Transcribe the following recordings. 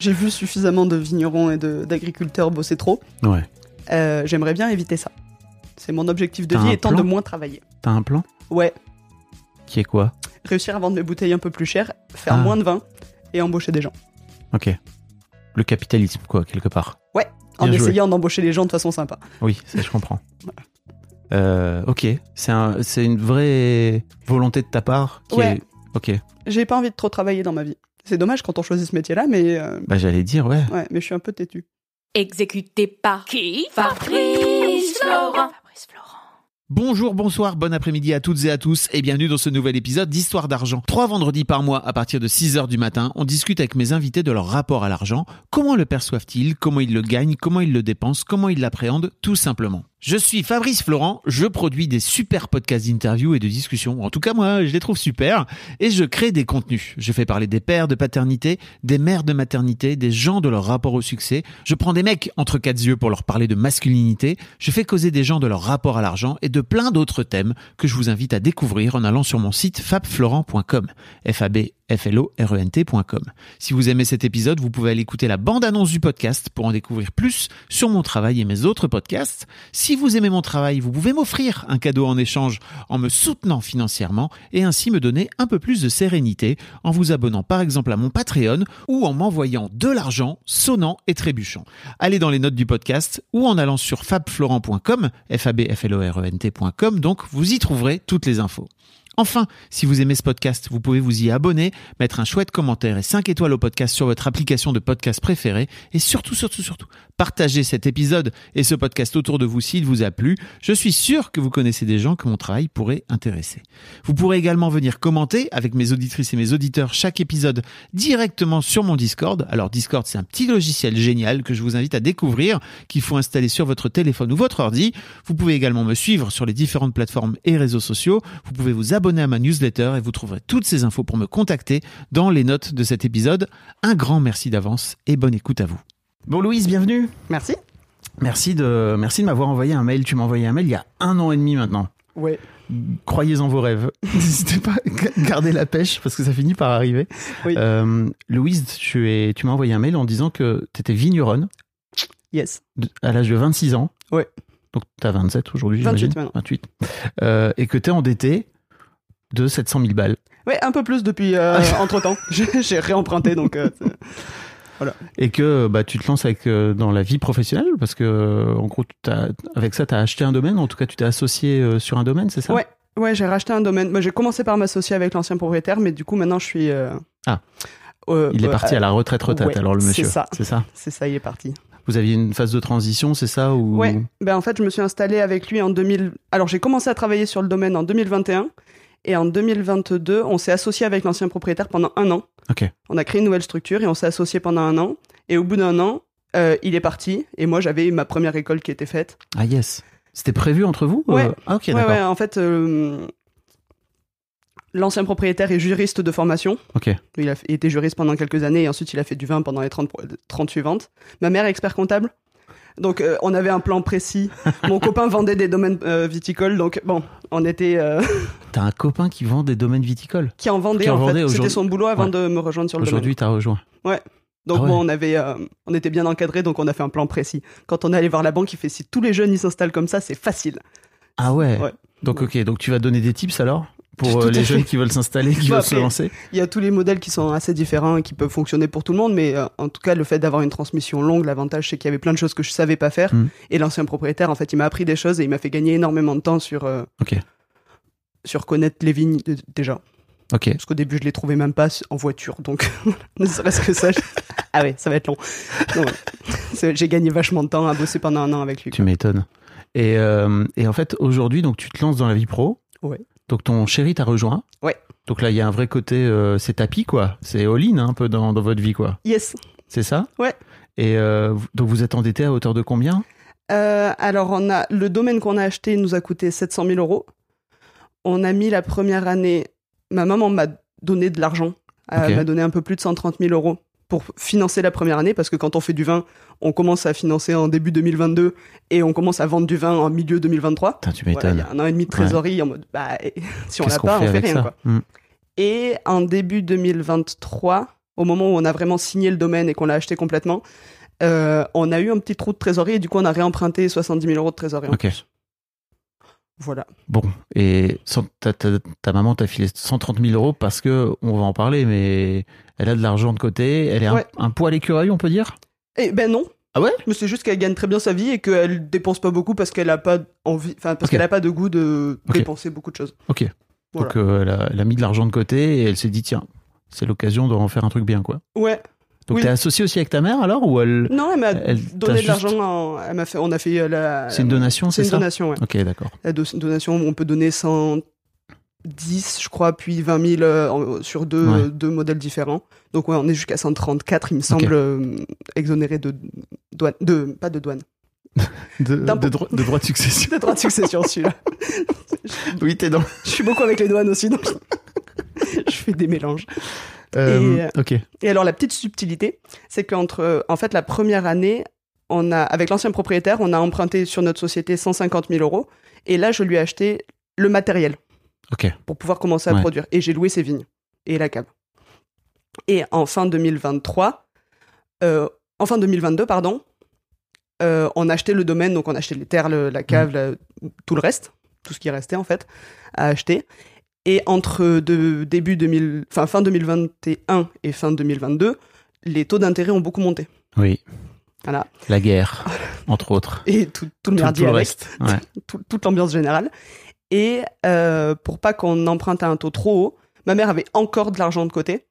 J'ai vu suffisamment de vignerons et de- d'agriculteurs bosser trop. Ouais. Euh, J'aimerais bien éviter ça. C'est mon objectif de T'as vie un étant plan de moins travailler. T'as un plan Ouais, Qui est quoi réussir à vendre mes bouteilles un peu plus chères, faire Ah. moins de vin et embaucher des gens. Ok. Le capitalisme, quoi, quelque part. En Bien joué. essayant d'embaucher les gens de façon sympa. Oui, ça je comprends. Euh, ok, c'est un- c'est une vraie volonté de ta part qui Ouais. est... Ok, J'ai pas envie de trop travailler dans ma vie. C'est dommage quand on choisit ce métier-là, mais, euh, bah j'allais dire, ouais. ouais, mais je suis un peu têtu. Exécuté par qui Fabrice Florent. Fabrice Florent. Bonjour, bonsoir, bon après-midi à toutes et à tous et bienvenue dans ce nouvel épisode d'Histoire d'argent. Trois vendredis par mois à partir de 6h du matin, on discute avec mes invités de leur rapport à l'argent, comment le perçoivent-ils, comment ils le gagnent, comment ils le dépensent, comment ils l'appréhendent, tout simplement. Je suis Fabrice Florent, je produis des super podcasts d'interviews et de discussions, en tout cas moi je les trouve super, et je crée des contenus. Je fais parler des pères de paternité, des mères de maternité, des gens de leur rapport au succès. Je prends des mecs entre quatre yeux pour leur parler de masculinité. Je fais causer des gens de leur rapport à l'argent et de plein d'autres thèmes que je vous invite à découvrir en allant sur mon site fabflorent.com. f a b f l o r e n t.com. Si vous aimez cet épisode, vous pouvez aller écouter la bande-annonce du podcast pour en découvrir plus sur mon travail et mes autres podcasts. Si vous aimez mon travail, vous pouvez m'offrir un cadeau en échange en me soutenant financièrement et ainsi me donner un peu plus de sérénité en vous abonnant par exemple à mon Patreon ou en m'envoyant de l'argent sonnant et trébuchant. Allez dans les notes du podcast ou en allant sur fabflorent.com, f a b f l o r e n t.com, donc vous y trouverez toutes les infos. Enfin, si vous aimez ce podcast, vous pouvez vous y abonner, mettre un chouette commentaire et 5 étoiles au podcast sur votre application de podcast préférée et surtout, surtout, surtout, partagez cet épisode et ce podcast autour de vous s'il vous a plu. Je suis sûr que vous connaissez des gens que mon travail pourrait intéresser. Vous pourrez également venir commenter avec mes auditrices et mes auditeurs chaque épisode directement sur mon Discord. Alors Discord, c'est un petit logiciel génial que je vous invite à découvrir, qu'il faut installer sur votre téléphone ou votre ordi. Vous pouvez également me suivre sur les différentes plateformes et réseaux sociaux. Vous pouvez vous abonner à ma newsletter et vous trouverez toutes ces infos pour me contacter dans les notes de cet épisode. Un grand merci d'avance et bonne écoute à vous. Bon Louise, bienvenue. Merci. Merci de, merci de m'avoir envoyé un mail. Tu m'as envoyé un mail il y a un an et demi maintenant. Ouais. Croyez en vos rêves. N'hésitez pas à ga- garder la pêche parce que ça finit par arriver. Oui. Euh, Louise, tu, es- tu m'as envoyé un mail en disant que tu étais vigneronne Yes. de- à l'âge de 26 ans. Ouais. Donc tu as 27 aujourd'hui, 28 j'imagine. maintenant. 28. Euh, et que tu es endettée de 700 000 balles. Ouais, un peu plus depuis Ah. entre temps. J'ai réemprunté donc. euh, c'est- Et que bah, tu te lances avec, euh, dans la vie professionnelle parce que, euh, en gros, t'as- avec ça, tu as acheté un domaine. En tout cas, tu t'es associé euh, sur un domaine, c'est ça Ouais, ouais, j'ai racheté un domaine. Bah, j'ai commencé par m'associer avec l'ancien propriétaire, mais du coup maintenant je suis. euh, Ah. euh, Il est euh, parti à la retraite retraite ouais, alors le c'est monsieur. ça. C'est ça. C'est ça, il est parti. Vous aviez une phase de transition, c'est ça ou... Ouais. Ben en fait, je me suis installée avec lui en 2000. Alors j'ai commencé à travailler sur le domaine en 2021 et en 2022, on s'est associé avec l'ancien propriétaire pendant un an. Ok. On a créé une nouvelle structure et on s'est associé pendant un an. Et au bout d'un an, euh, il est parti et moi j'avais ma première récolte qui était faite. Ah yes. C'était prévu entre vous Ouais. Euh, Ah ok, ouais, d'accord. ouais. En fait, euh, l'ancien propriétaire est juriste de formation. Ok. Il a fait- il était juriste pendant quelques années et ensuite il a fait du vin pendant les 30, pro- 30 suivantes. Ma mère est expert comptable. Donc euh, on avait un plan précis. Mon copain vendait des domaines euh, viticoles, donc bon, on était euh, T'as un copain qui vend des domaines viticoles. qui en vendait Qui en en vendait fait. C'était aujourd'hui. son boulot avant Ouais. de me rejoindre sur le domaine. Aujourd'hui, t'as rejoint. Donc Ah ouais. bon, on avait, euh, on était bien encadré, donc on a fait un plan précis. Quand on est allé voir la banque, il fait si tous les jeunes ils s'installent comme ça, c'est facile. Ah ouais. Ouais. Donc ok, donc tu vas donner des tips alors Tout pour euh, à les fait. jeunes qui veulent s'installer, qui Bah, veulent se après- lancer. Il y a tous les modèles qui sont assez différents et qui peuvent fonctionner pour tout le monde, mais euh, en tout cas, le fait d'avoir une transmission longue, l'avantage, c'est qu'il y avait plein de choses que je savais pas faire. Mm. Et l'ancien propriétaire, en fait, il m'a appris des choses et il m'a fait gagner énormément de temps sur, euh, Ok. sur connaître les vignes de- déjà. Ok. Parce qu'au début, je les trouvais même pas s- en voiture, donc ne serait-ce que ça. je- Ah ouais, ça va être long. Non, ouais. C'est- J'ai gagné vachement de temps à bosser pendant un an avec lui. Tu m'étonnes. Et, euh, et en fait, aujourd'hui, donc tu te lances dans la vie pro. Ouais. Donc ton chéri t'a rejoint. Ouais. Donc là, il y a un vrai côté, euh, c'est tapis quoi. C'est all-in hein, un peu dans, dans votre vie quoi. Yes. C'est ça Ouais. Et euh, vous- donc vous êtes endetté à hauteur de combien Euh, alors, on a, le domaine qu'on a acheté nous a coûté 700 000 euros. On a mis la première année, ma maman m'a donné de l'argent. Elle Ok. m'a donné un peu plus de 130 000 euros pour financer la première année, parce que quand on fait du vin, on commence à financer en début 2022 et on commence à vendre du vin en milieu 2023. Putain, tu Voilà, Il m'étonnes. y a un an et demi de trésorerie en mode, bah, si on Qu'est-ce l'a qu'on pas, fait on fait avec rien. ça Quoi. Hmm. Et en début 2023, au moment où on a vraiment signé le domaine et qu'on l'a acheté complètement, euh, on a eu un petit trou de trésorerie et du coup on a réemprunté 70 000 euros de trésorerie. en Ok. plus. Voilà. Bon, et sans- ta, ta- ta maman t'a filé 130 000 euros parce que, on va en parler, mais elle a de l'argent de côté, elle est un- Ouais. un, poil écureuil, on peut dire Et ben non. Ah ouais Mais c'est juste qu'elle gagne très bien sa vie et qu'elle dépense pas beaucoup parce qu'elle a pas envie, enfin parce Ok. qu'elle a pas de goût de Ok. dépenser beaucoup de choses. Ok. Voilà. Donc euh, elle, a, elle a mis de l'argent de côté et elle s'est dit, tiens, c'est l'occasion d'en faire un truc bien, quoi. Ouais. Donc Oui. t'es associé aussi avec ta mère alors ou elle. Non, elle m'a elle t'a donné de juste- l'argent. en- Elle m'a fait, on a fait euh, la. C'est une donation, C'est c'est une ça donation. Ouais. Ok, d'accord. La do- donation, on peut donner 110, je crois, puis 20 000 euh, en- sur deux, Ouais. euh, deux modèles différents. Donc, ouais, on est jusqu'à 134, il me semble, euh, exonéré de douane. De, pas de douane. De, D'impôt. de dro- de droit de succession. De droit de succession, celui-là. oui, t'es dans. Je suis beaucoup avec les douanes aussi, donc je fais des mélanges. Euh, ok. Et alors, la petite subtilité, c'est qu'entre, euh, en fait, la première année, on a, avec l'ancien propriétaire, on a emprunté sur notre société 150 000 euros. Et là, je lui ai acheté le matériel. Ok. pour pouvoir commencer à Ouais. produire. Et j'ai loué ses vignes et la cave. Et en fin 2023, euh, en fin 2022, pardon, euh, on a acheté le domaine, donc on a acheté les terres, le- la Mmh. cave, la- tout le reste, tout ce qui restait en fait, à acheter. Et entre de, début 2000, enfin, fin 2021 et fin 2022, les taux d'intérêt ont beaucoup monté. Oui. Voilà. La guerre, entre autres. Et tout, tout le Tout, merdier tout le avec. reste. Ouais. tout- toute l'ambiance générale. Et euh, pour pas qu'on emprunte à un taux trop haut, ma mère avait encore de l'argent de côté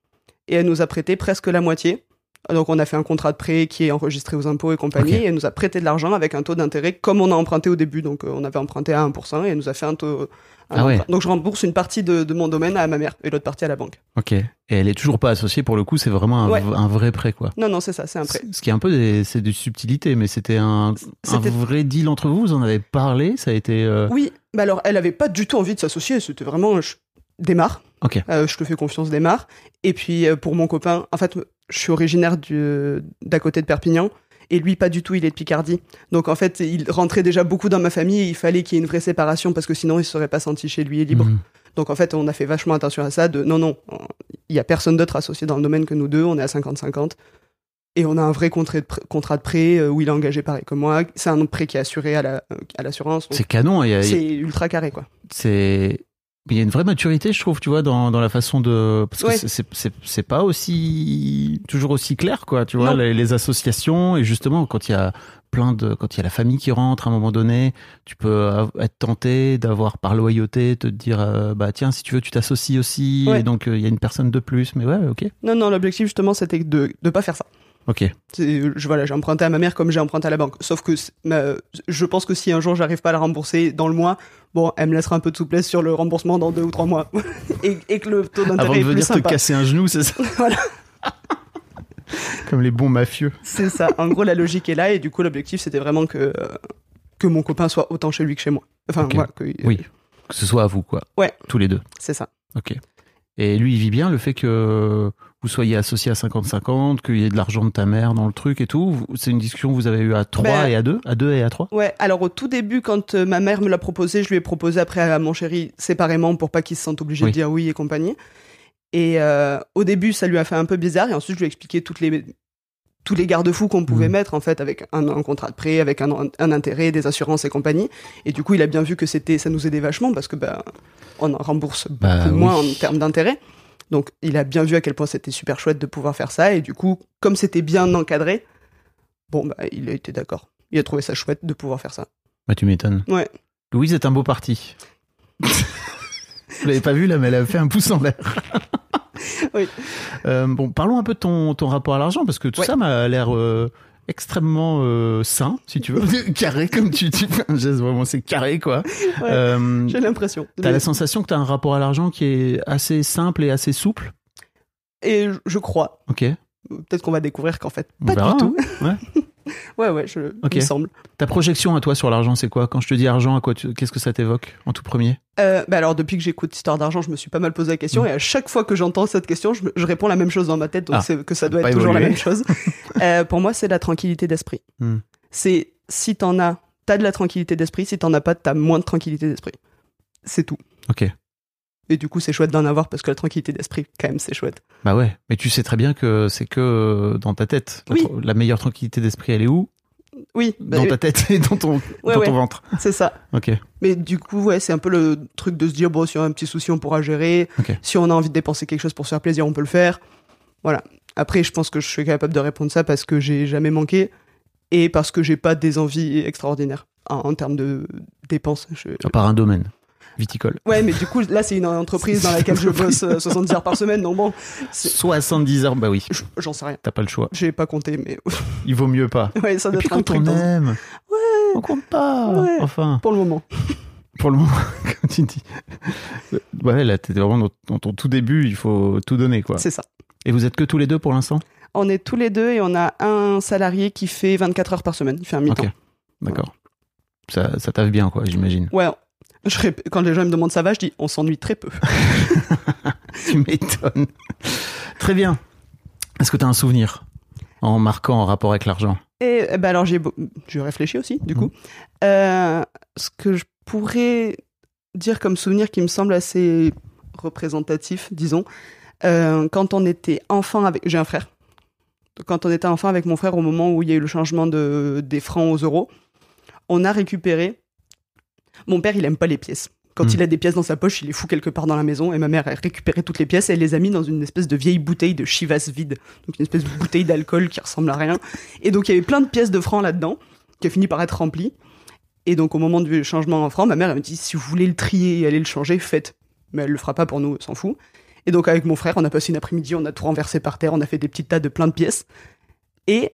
et elle nous a prêté presque la moitié. Donc on a fait un contrat de prêt qui est enregistré aux impôts et compagnie Ok. et elle nous a prêté de l'argent avec un taux d'intérêt comme on a emprunté au début. Donc euh, on avait emprunté à 1% et elle nous a fait un taux. un Ah ouais. emprunt. Donc je rembourse une partie de, de mon domaine à ma mère et l'autre partie à la banque. Ok. Et elle est toujours pas associée pour le coup, c'est vraiment un, Ouais. v- un vrai prêt, quoi. Non, non, c'est ça, c'est un prêt. C- Ce qui est un peu des, c'est des subtilités, mais c'était un, un C'était- vrai deal entre vous. Vous en avez parlé, ça a été. euh, Oui, mais alors elle avait pas du tout envie de s'associer, c'était vraiment euh, je démarre. Ok. Euh, je te fais confiance, démarre. Et puis euh, pour mon copain, en fait, je suis originaire du- d'à côté de Perpignan. Et lui, pas du tout, il est de Picardie. Donc en fait, il rentrait déjà beaucoup dans ma famille. et il fallait qu'il y ait une vraie séparation parce que sinon, il ne serait pas senti chez lui et libre. Mhm. Donc en fait, on a fait vachement attention à ça. De non, non, on- il y a personne d'autre associé dans le domaine que nous deux. On est à 50-50. Et on a un vrai contrat de, prêt- contrat de prêt euh, où il est engagé pareil que moi. C'est un prêt qui est assuré à la- euh, à l'assurance. donc C'est canon. Il Euh, y a, c'est ultra carré quoi. c'est il y a une vraie maturité, je trouve, tu vois, dans, dans la façon de parce que Ouais. c'est- c'est- c'est c'est pas aussi toujours aussi clair, quoi, tu vois, Non. les, les associations et justement quand il y a plein de quand il y a la famille qui rentre à un moment donné, tu peux av- être tenté d'avoir par loyauté te dire euh, bah tiens si tu veux tu t'associes aussi Ouais. et donc euh, il y a une personne de plus, mais ouais, ok, Non, non, l'objectif justement c'était de ne pas faire ça. ok, C'est- Je, voilà, j'ai emprunté à ma mère comme j'ai emprunté à la banque. Sauf que c'est- ma- je pense que si un jour j'arrive pas à la rembourser dans le mois, bon, elle me laissera un peu de souplesse sur le remboursement dans deux ou trois mois. et, et que le taux avant d'intérêt de est plus venir te sympa. casser un genou, c'est ça, Voilà. comme les bons mafieux. C'est ça. En gros, la logique est là et du coup, l'objectif c'était vraiment que, euh, que mon copain soit autant chez lui que chez moi. Enfin, Ok. voilà, que- Oui, que ce soit à vous, quoi. Ouais. Tous les deux. c'est ça. Ok. Et lui, il vit bien le fait que vous soyez associé à 50-50, qu'il y ait de l'argent de ta mère dans le truc et tout. Vous- C'est une discussion que vous avez eue à 3 Ben- et à 2 À 2 et à 3 Ouais, alors au tout début, quand euh, ma mère me l'a proposé, je lui ai proposé après à mon chéri séparément pour pas qu'il se sente obligé Oui. de dire oui et compagnie. Et euh, au début, ça lui a fait un peu bizarre. Et ensuite, je lui ai expliqué toutes les, tous les garde-fous qu'on pouvait Mhm. mettre, en fait, avec un, un contrat de prêt, avec un, un intérêt, des assurances et compagnie. Et du coup, il a bien vu que c'était, ça nous aidait vachement parce que bah, on en rembourse beaucoup Bah oui. moins en termes d'intérêt. Donc, il a bien vu à quel point c'était super chouette de pouvoir faire ça. Et du coup, comme c'était bien encadré, bon, bah, il a été d'accord. Il a trouvé ça chouette de pouvoir faire ça. Bah, tu m'étonnes. Ouais. Louise est un beau parti. vous l'avez pas vu là, mais elle a fait un pouce en l'air. Oui. Euh, bon, parlons un peu de ton, ton rapport à l'argent, parce que tout Ouais. ça m'a l'air euh, extrêmement euh, sain, si tu veux. carré, comme tu dis. Un geste vraiment, c'est carré, quoi. Ouais, Euh, J'ai l'impression. T'as la sensation que t'as un rapport à l'argent qui est assez simple et assez souple. Et je- je crois. Ok. Peut-être qu'on va découvrir qu'en fait, On pas verra, du tout. hein. ouais, ouais, je, Ok. il me semble. Ta projection à toi sur l'argent, c'est quoi Quand je te dis argent, à quoi tu- qu'est-ce que ça t'évoque en tout premier Euh, bah alors, depuis que j'écoute Histoire d'argent, je me suis pas mal posé la question. Et à chaque fois que j'entends cette question, je, me- je réponds la même chose dans ma tête. Donc, Mm. Ah, c'est que ça ça doit n'a être pas toujours la évolué. même chose. Euh, pour moi, c'est la tranquillité d'esprit. Hmm. C'est si t'en as, t'as de la tranquillité d'esprit. Si t'en as pas, t'as moins de tranquillité d'esprit. C'est tout. Ok. Et du coup, c'est chouette d'en avoir parce que la tranquillité d'esprit, quand même, c'est chouette. Bah ouais, mais tu sais très bien que c'est que euh, dans ta tête. La, Oui. tr- la meilleure tranquillité d'esprit, elle est où Oui, bah, Dans ta tête et dans ton, Ouais, dans ouais. ton ventre. c'est ça. Ok. Mais du coup, ouais, c'est un peu le truc de se dire, bon, si on a un petit souci, on pourra gérer. Ok. Si on a envie de dépenser quelque chose pour se faire plaisir, on peut le faire. Voilà. Après, je pense que je suis capable de répondre ça parce que j'ai jamais manqué et parce que j'ai pas des envies extraordinaires en, en termes de dépenses. Je- À part un domaine. Viticole. Ouais, mais du coup, là, c'est une entreprise dans laquelle je bosse euh, 70 heures par semaine. Non, bon, C'est- 70 heures, bah oui, je- j'en sais rien. t'as pas le choix. J'ai pas compté, mais Il vaut mieux pas. ouais, ça Et doit puis être un quand truc on dans- aime, on compte pas. Ouais. Enfin, pour le moment. pour le moment, comme tu dis. Ouais, là, t'étais vraiment dans, dans ton tout début, il faut tout donner, quoi. C'est ça. Et vous êtes que tous les deux pour l'instant On est tous les deux et on a un salarié qui fait 24 heures par semaine. Il fait un mi-temps. Ok, d'accord. Ça, ça taffe bien, quoi, j'imagine. Ouais. Je rép- Quand les gens me demandent ça va, je dis on s'ennuie très peu. tu m'étonnes. Très bien. Est-ce que t'as un souvenir en marquant en rapport avec l'argent Et eh ben, alors j'ai beau- je réfléchis aussi du coup. Euh, ce que je pourrais dire comme souvenir qui me semble assez représentatif, disons, euh, quand on était enfant avec j'ai un frère. Quand on était enfant avec mon frère au moment où il y a eu le changement de des francs aux euros, on a récupéré. Mon père il aime pas les pièces. Quand Mm. il a des pièces dans sa poche, il les fout quelque part dans la maison. Et ma mère a récupéré toutes les pièces et elle les a mis dans une espèce de vieille bouteille de Chivas vide. Donc une espèce de bouteille d'alcool qui ressemble à rien. Et donc il y avait plein de pièces de francs là-dedans, qui a fini par être remplie. Et donc au moment du changement en francs, ma mère elle me dit si vous voulez le trier et aller le changer, faites. Mais elle le fera pas pour nous, elle s'en fout. Et donc avec mon frère, on a passé une après-midi, on a tout renversé par terre, on a fait des petits tas de plein de pièces. Et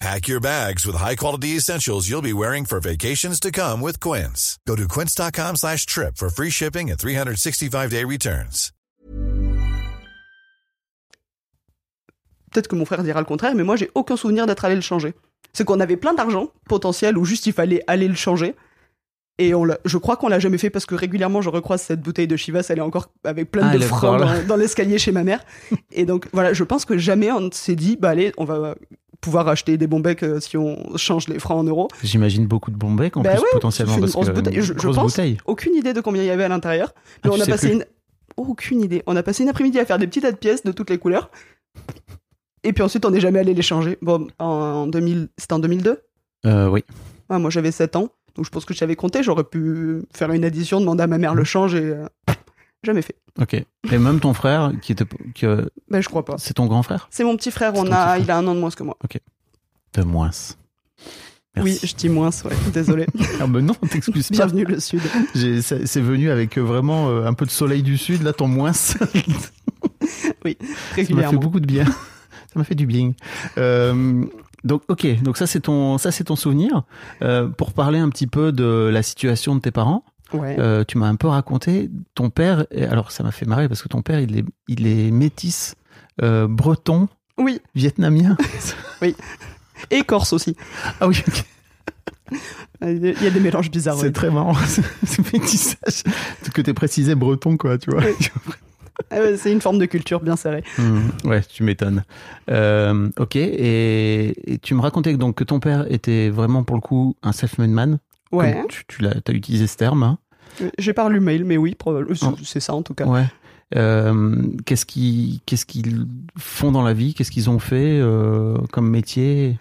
Pack your bags with high-quality essentials you'll be wearing for vacations to come with Quince. Go to quince.com slash trip for free shipping and 365-day returns. peut-être que mon frère dira le contraire, mais moi j'ai aucun souvenir d'être allé le changer. C'est qu'on avait plein d'argent potentiel ou juste il fallait aller le changer. Et on l'a- je crois qu'on l'a jamais fait parce que régulièrement je recroise cette bouteille de Chivas, elle est encore avec plein Ah, de elle est francs encore là. dans, dans l'escalier chez ma mère. Et donc voilà, je pense que jamais on ne s'est dit, bah allez, on va pouvoir acheter des bons becs euh, si on change les francs en euros. J'imagine beaucoup de Bombay, en Bah plus, ouais, potentiellement, c'est une parce grosse que bouteille. une Je- je grosse pense. bouteille. Aucune idée de combien il y avait à l'intérieur. Mais Ah, on tu a sais passé plus. une... Aucune idée. On a passé une après-midi à faire des petites tas de pièces de toutes les couleurs. Et puis ensuite, on n'est jamais allé les changer. Bon, en, en 2000... C'était en 2002 Euh, oui. Ouais, Ah, Moi, j'avais 7 ans. Donc, je pense que j'avais compté. J'aurais pu faire une addition, demander à ma mère le change et... euh, Jamais fait. Ok. Et même ton frère, qui était, que Ben, je crois pas. c'est ton grand frère C'est mon petit frère. C'est On ton a... petit frère. Il a un an de moins que moi. De moins. Oui, je dis moins, ouais. Désolé. Ah bah non, t'excuses pas. Bienvenue le Sud. J'ai- C'est c'est venu avec euh, vraiment euh, un peu de soleil du sud, là, ton moins. ça m'a fait Régulièrement. beaucoup de bien. Ça m'a fait du bien. Euh, donc, ok. Donc ça, c'est ton, ça, c'est ton souvenir. Euh, pour parler un petit peu de la situation de tes parents. Ouais. Euh, tu m'as un peu raconté ton père. et Alors ça m'a fait marrer parce que ton père, il est, il est métis, euh, breton, Oui. vietnamien. Et Corse aussi. ah oui. ok. Il y a des mélanges bizarres. C'est ouais. très marrant, ce ce métissage. Que t'es précisé breton, quoi, tu vois. Ah ouais, C'est une forme de culture bien serrée. Hmm, ouais, tu m'étonnes. Euh, ok, et, et tu me racontais donc que ton père était vraiment pour le coup un self-made man. Ouais. Comme Tu, tu l'as, t'as utilisé ce terme. hein. Euh, J'ai pas lu le mail, mais oui, probable- euh, Oh. c'est- c'est ça en tout cas. Ouais. Euh, qu'est-ce qu'ils, qu'est-ce qu'ils font dans la vie Qu'est-ce qu'ils ont fait euh, comme métier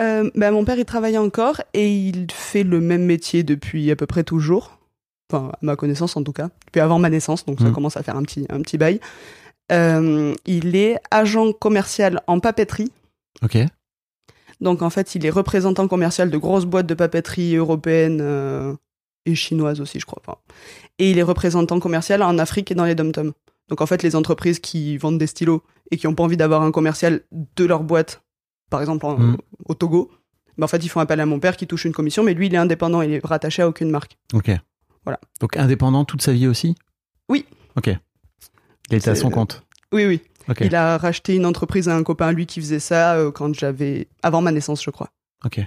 Euh, bah, mon père, il travaille encore et il fait le même métier depuis à peu près toujours. Enfin, à ma connaissance en tout cas. Depuis avant ma naissance, donc ça Mm. commence à faire un petit, un petit bail. Euh, il est agent commercial en papeterie. Ok. Donc en fait, il est représentant commercial de grosses boîtes de papeterie européennes euh, et chinoises aussi, je crois. Enfin, et il est représentant commercial en Afrique et dans les dom-toms. Donc en fait, les entreprises qui vendent des stylos et qui n'ont pas envie d'avoir un commercial de leur boîte, par exemple en- Mm. au Togo, ben en fait, ils font appel à mon père qui touche une commission, mais lui, il est indépendant, il est rattaché à aucune marque. Ok. Voilà. Donc indépendant toute sa vie aussi Oui. Ok. Il était à C'est- son compte. Oui, oui. Ok. Il a racheté une entreprise à un copain à lui qui faisait ça euh, quand j'avais... avant ma naissance, je crois. Ok.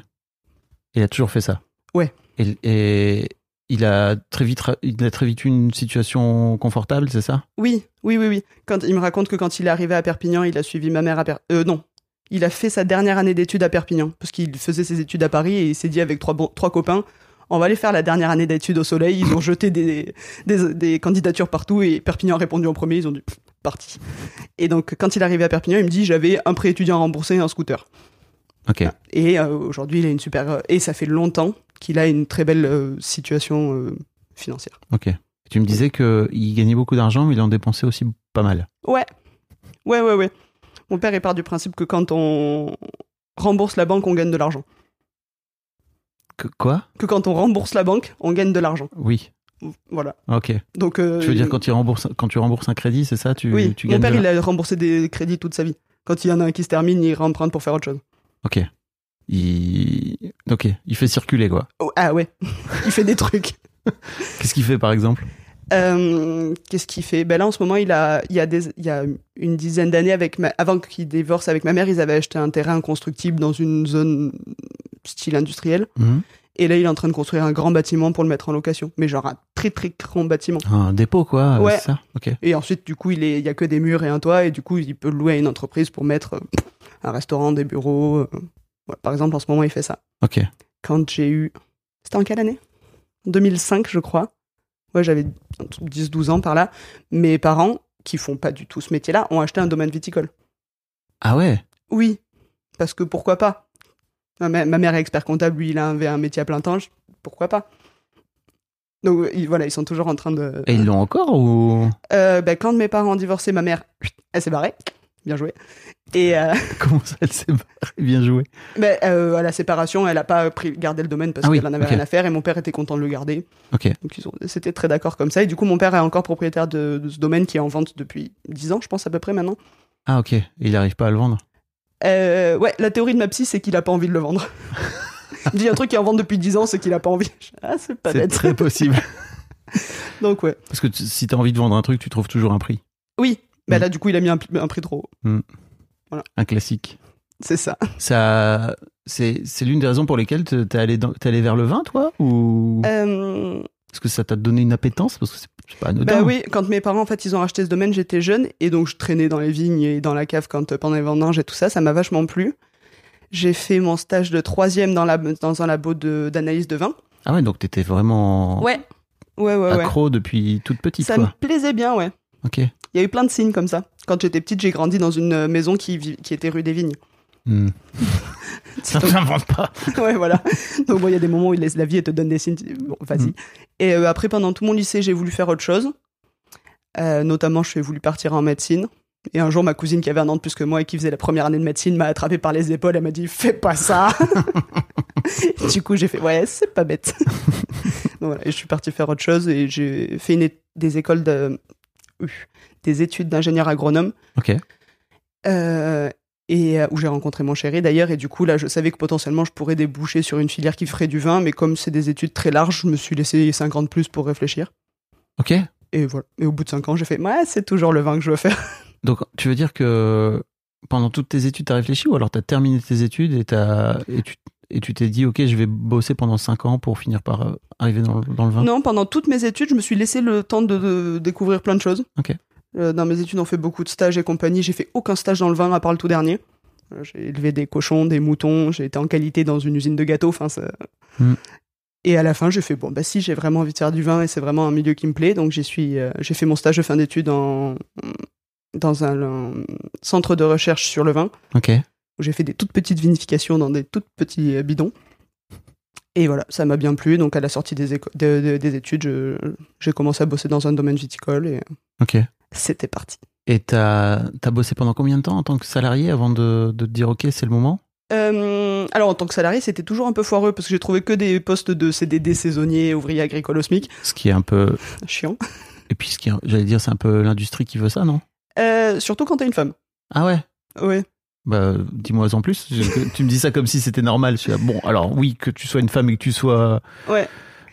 Il a toujours fait ça. Ouais. Et, et il a très vite, il a très vite eu une situation confortable, c'est ça Oui, oui, oui, oui. Quand il me raconte que quand il est arrivé à Perpignan, il a suivi ma mère à Perpignan. Euh, non. Il a fait sa dernière année d'études à Perpignan, parce qu'il faisait ses études à Paris et il s'est dit avec trois, bons- trois copains, on va aller faire la dernière année d'études au soleil. Ils ont jeté des, des, des candidatures partout et Perpignan a répondu en premier. Ils ont dit, Pff, parti. Et donc, quand il est arrivé à Perpignan, il me dit, j'avais un prêt étudiant remboursé et un scooter. Ok. Et euh, aujourd'hui, il a une super. euh, Et ça fait longtemps qu'il a une très belle euh, situation euh, financière. Ok. Tu me disais que il gagnait beaucoup d'argent, mais il en dépensait aussi pas mal. Ouais. Ouais, ouais, ouais. Mon père, il part du principe que quand on rembourse la banque, on gagne de l'argent. Que- quoi Que quand on rembourse la banque, on gagne de l'argent. Oui. Voilà. Ok. Donc. euh, tu veux il- dire quand, il rembourse, quand tu rembourses un crédit, c'est ça tu, Oui, tu mon gagnes père, de il la- a remboursé des crédits toute sa vie. Quand il y en a un qui se termine, il remprunte pour faire autre chose. Ok. Il... Ok. Il fait circuler quoi. Oh, ah ouais, il fait des trucs. Qu'est-ce qu'il fait par exemple Euh, Qu'est-ce qu'il fait Ben là, en ce moment, il a, il y a des, il y a une dizaine d'années avec, ma- avant qu'il divorce avec ma mère, ils avaient acheté un terrain constructible dans une zone style industriel. Mhm. Et là, il est en train de construire un grand bâtiment pour le mettre en location. Mais genre un très très grand bâtiment. Un dépôt quoi. euh, Ouais. C'est ça. Ok. Et ensuite, du coup, il est- il y a que des murs et un toit. Et du coup, il peut le louer à une entreprise pour mettre euh, un restaurant, des bureaux. euh. Voilà. par exemple, en ce moment, il fait ça. Ok. Quand j'ai eu. C'était en quelle année 2005, je crois. Ouais, j'avais 10-12 ans par là. Mes parents, qui font pas du tout ce métier-là, ont acheté un domaine viticole. Ah ouais. Oui, parce que pourquoi pas ma, mè- ma mère est expert comptable, lui, il a un, un métier à plein temps, je- pourquoi pas Donc euh, ils- voilà, ils sont toujours en train de... Et ils l'ont encore ou Euh, ben, quand mes parents ont divorcé, ma mère, elle s'est barrée, bien joué. Et euh, comment ça Elle s'est barrée bien jouée. ben, euh, à la séparation, elle a pas pris, gardé le domaine parce Ah oui, qu'elle en avait ok. rien à faire et mon père était content de le garder. Ok. Donc ils ont- c'était très d'accord comme ça. Et du coup, mon père est encore propriétaire de, de ce domaine qui est en vente depuis 10 ans, je pense à peu près maintenant. Ah ok. Il n'arrive pas à le vendre. Euh, ouais, la théorie de ma psy, c'est qu'il a pas envie de le vendre. Il dit un truc qui est en vente depuis 10 ans, c'est qu'il a pas envie. Ah, c'est pas C'est bête. très possible. Donc, ouais. Parce que tu- si t'as envie de vendre un truc, tu trouves toujours un prix, Oui. Mais Mm. là, du coup, il a mis un, un prix trop haut. un classique. C'est ça. Ça, c'est c'est l'une des raisons pour lesquelles te- t'es allé, dans- t'es allé vers le vin, toi Ou Euh, est-ce que ça t'a donné une appétence Parce que c'est c'est pas anodin. bah oui, quand mes parents, en fait, ils ont racheté ce domaine, j'étais jeune. Et donc, je traînais dans les vignes et dans la cave quand, euh, pendant les vendanges et tout ça. Ça m'a vachement plu. J'ai fait mon stage de troisième dans, la, dans un labo de- d'analyse de, vin. Ah ouais, donc t'étais vraiment Ouais. Ouais, ouais, ouais. accro depuis toute petite, ça me quoi. plaisait bien, ouais. Ok. Il y a eu plein de signes comme ça. Quand j'étais petite, j'ai grandi dans une euh, maison qui, vi- qui était rue des Vignes. Hmm. ça ne s'invente pas. ouais, voilà. Donc, bon, il y a des moments où il laisse la vie et te donne des signes. tu dis, Bon, vas-y. Mm. Et euh, après, pendant tout mon lycée, j'ai voulu faire autre chose. Euh, notamment, je suis voulu partir en médecine. Et un jour, ma cousine qui avait un an de plus que moi et qui faisait la première année de médecine m'a attrapé par les épaules. Elle m'a dit Fais pas ça Du coup, j'ai fait Ouais, c'est pas bête. Donc, voilà. Et je suis partie faire autre chose et j'ai fait une é- des écoles de. Ouh. des études d'ingénieur agronome. Ok. Euh, et euh, où j'ai rencontré mon chéri d'ailleurs. Et du coup, là, je savais que potentiellement, je pourrais déboucher sur une filière qui ferait du vin, mais comme c'est des études très larges, je me suis laissé 50 plus pour réfléchir. Ok. Et voilà. Et au bout de 5 ans, j'ai fait, ouais, c'est toujours le vin que je veux faire. Donc tu veux dire que pendant toutes tes études, t'as réfléchi ou alors t'as terminé tes études et t'as et tu et tu t'es dit, ok, je vais bosser pendant 5 ans pour finir par euh, arriver dans, le- dans le vin Non, pendant toutes mes études, je me suis laissé le temps de, de découvrir plein de choses. Ok. Euh, dans mes études, on fait beaucoup de stages et compagnie. J'ai fait aucun stage dans le vin à part le tout dernier. Euh, J'ai élevé des cochons, des moutons. J'ai été en qualité dans une usine de gâteaux. Enfin, ça- Hmm. Et à la fin, j'ai fait bon, bah si, j'ai vraiment envie de faire du vin et c'est vraiment un milieu qui me plaît. Donc j'y suis. euh, j'ai fait mon stage de fin d'études en dans un, un centre de recherche sur le vin Ok. où j'ai fait des toutes petites vinifications dans des toutes petits euh, bidons. Et voilà, ça m'a bien plu. Donc à la sortie des, éco- de- de- des études, je- j'ai commencé à bosser dans un domaine viticole et Ok. c'était parti. Et t'as as bossé pendant combien de temps en tant que salarié avant de, de te dire, ok, c'est le moment Euh, alors en tant que salarié, c'était toujours un peu foireux parce que j'ai trouvé que des postes de CDD saisonniers, ouvriers agricoles au SMIC. Ce qui est un peu. Chiant. Et puis, ce qui est- j'allais dire, c'est un peu l'industrie qui veut ça, non Euh, surtout quand t'es une femme. Ah ouais Ouais. Bah, dis-moi en plus. Je- tu me dis ça comme si c'était normal. Je suis là, bon, alors oui, que tu sois une femme et que tu sois. Ouais.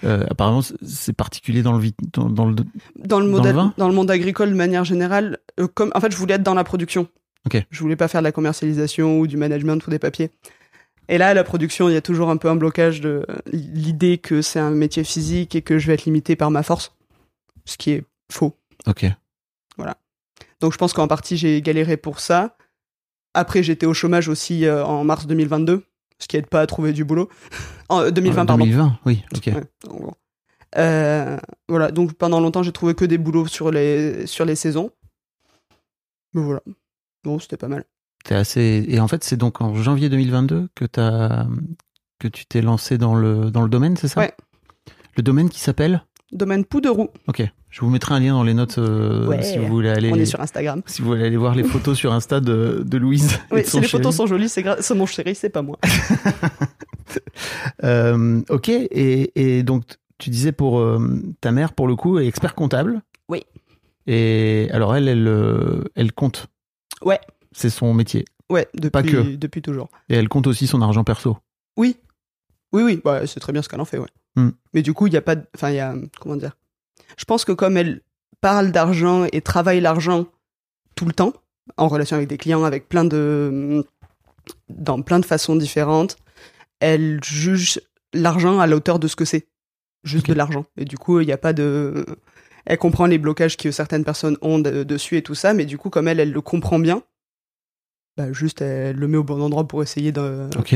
euh, apparemment, c'est- c'est particulier dans le, vit- dans, dans le. Dans le, Dans monde, le vin dans le monde agricole, de manière générale, euh, comme, en fait, je voulais être dans la production. Ok. Je voulais pas faire de la commercialisation ou du management ou des papiers. Et là, à la production, il y a toujours un peu un blocage de euh, l'idée que c'est un métier physique et que je vais être limité par ma force, ce qui est faux. Ok. Donc, je pense qu'en partie, j'ai galéré pour ça. Après, j'étais au chômage aussi euh, en mars 2022, ce qui aide pas à trouver du boulot. en euh, Ah, 2020, pardon. 2020, oui, ok. Ouais, en gros. Euh, voilà, donc pendant longtemps, j'ai trouvé que des boulots sur les, sur les saisons. Mais voilà. Bon, c'était pas mal. T'es assez. Et en fait, c'est donc en janvier 2022 que t'as que tu t'es lancé dans le dans le domaine, c'est ça Ouais. Le domaine qui s'appelle. Domaine Pouderou, Ok. Je vous mettrai un lien dans les notes euh, Ouais. si vous voulez aller. on est sur Instagram. Si vous voulez aller voir les photos sur Insta de, de Louise. et Oui, de si son les chéri. photos sont jolies, c'est gra- c'est mon chéri, c'est pas moi. Euh, ok, et, et donc tu disais pour euh, ta mère, pour le coup, est expert comptable. Oui. Et alors elle, elle, euh, elle compte. Ouais. C'est son métier. Ouais, depuis, Pas que. depuis toujours. Et elle compte aussi son argent perso. Oui. Oui, oui, bah, c'est très bien ce qu'elle en fait, ouais. Hmm. Mais du coup, il y a pas. de- Enfin, il y a. Comment dire Je pense que comme elle parle d'argent et travaille l'argent tout le temps, en relation avec des clients, avec plein de. dans plein de façons différentes, elle juge l'argent à la hauteur de ce que c'est. Juste de l'argent. Et du coup, il n'y a pas de. Elle comprend les blocages que certaines personnes ont de- dessus et tout ça, mais du coup, comme elle, elle le comprend bien, bah, juste, elle le met au bon endroit pour essayer de. Ok.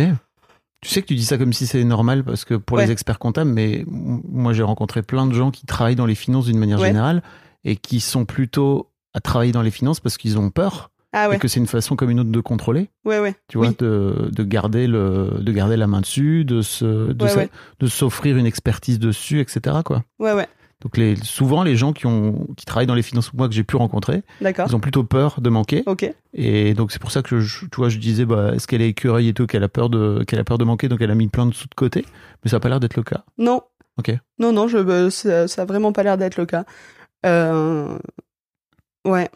Tu sais que tu dis ça comme si c'est normal parce que pour les Ouais. experts comptables, mais m- moi j'ai rencontré plein de gens qui travaillent dans les finances d'une manière Ouais. générale et qui sont plutôt à travailler dans les finances parce qu'ils ont peur Ah et que c'est une façon comme une autre de contrôler, Ouais, ouais. tu vois, Oui. de, de garder le, de garder la main dessus, de se, de Ouais, sa- ouais. de s'offrir une expertise dessus, etc. Quoi. Ouais, ouais. Donc les, souvent les gens qui ont, qui travaillent dans les finances, moi que j'ai pu rencontrer, D'accord. ils ont plutôt peur de manquer. Ok. Et donc c'est pour ça que je, tu vois, je disais, bah, est-ce qu'elle est écureuil et tout, qu'elle a peur de, qu'elle a peur de manquer, donc elle a mis plein de sous de côté. Mais ça n'a pas l'air d'être le cas. Non. Ok. Non, non, je, bah, ça, ça a vraiment pas l'air d'être le cas. Euh, Ouais.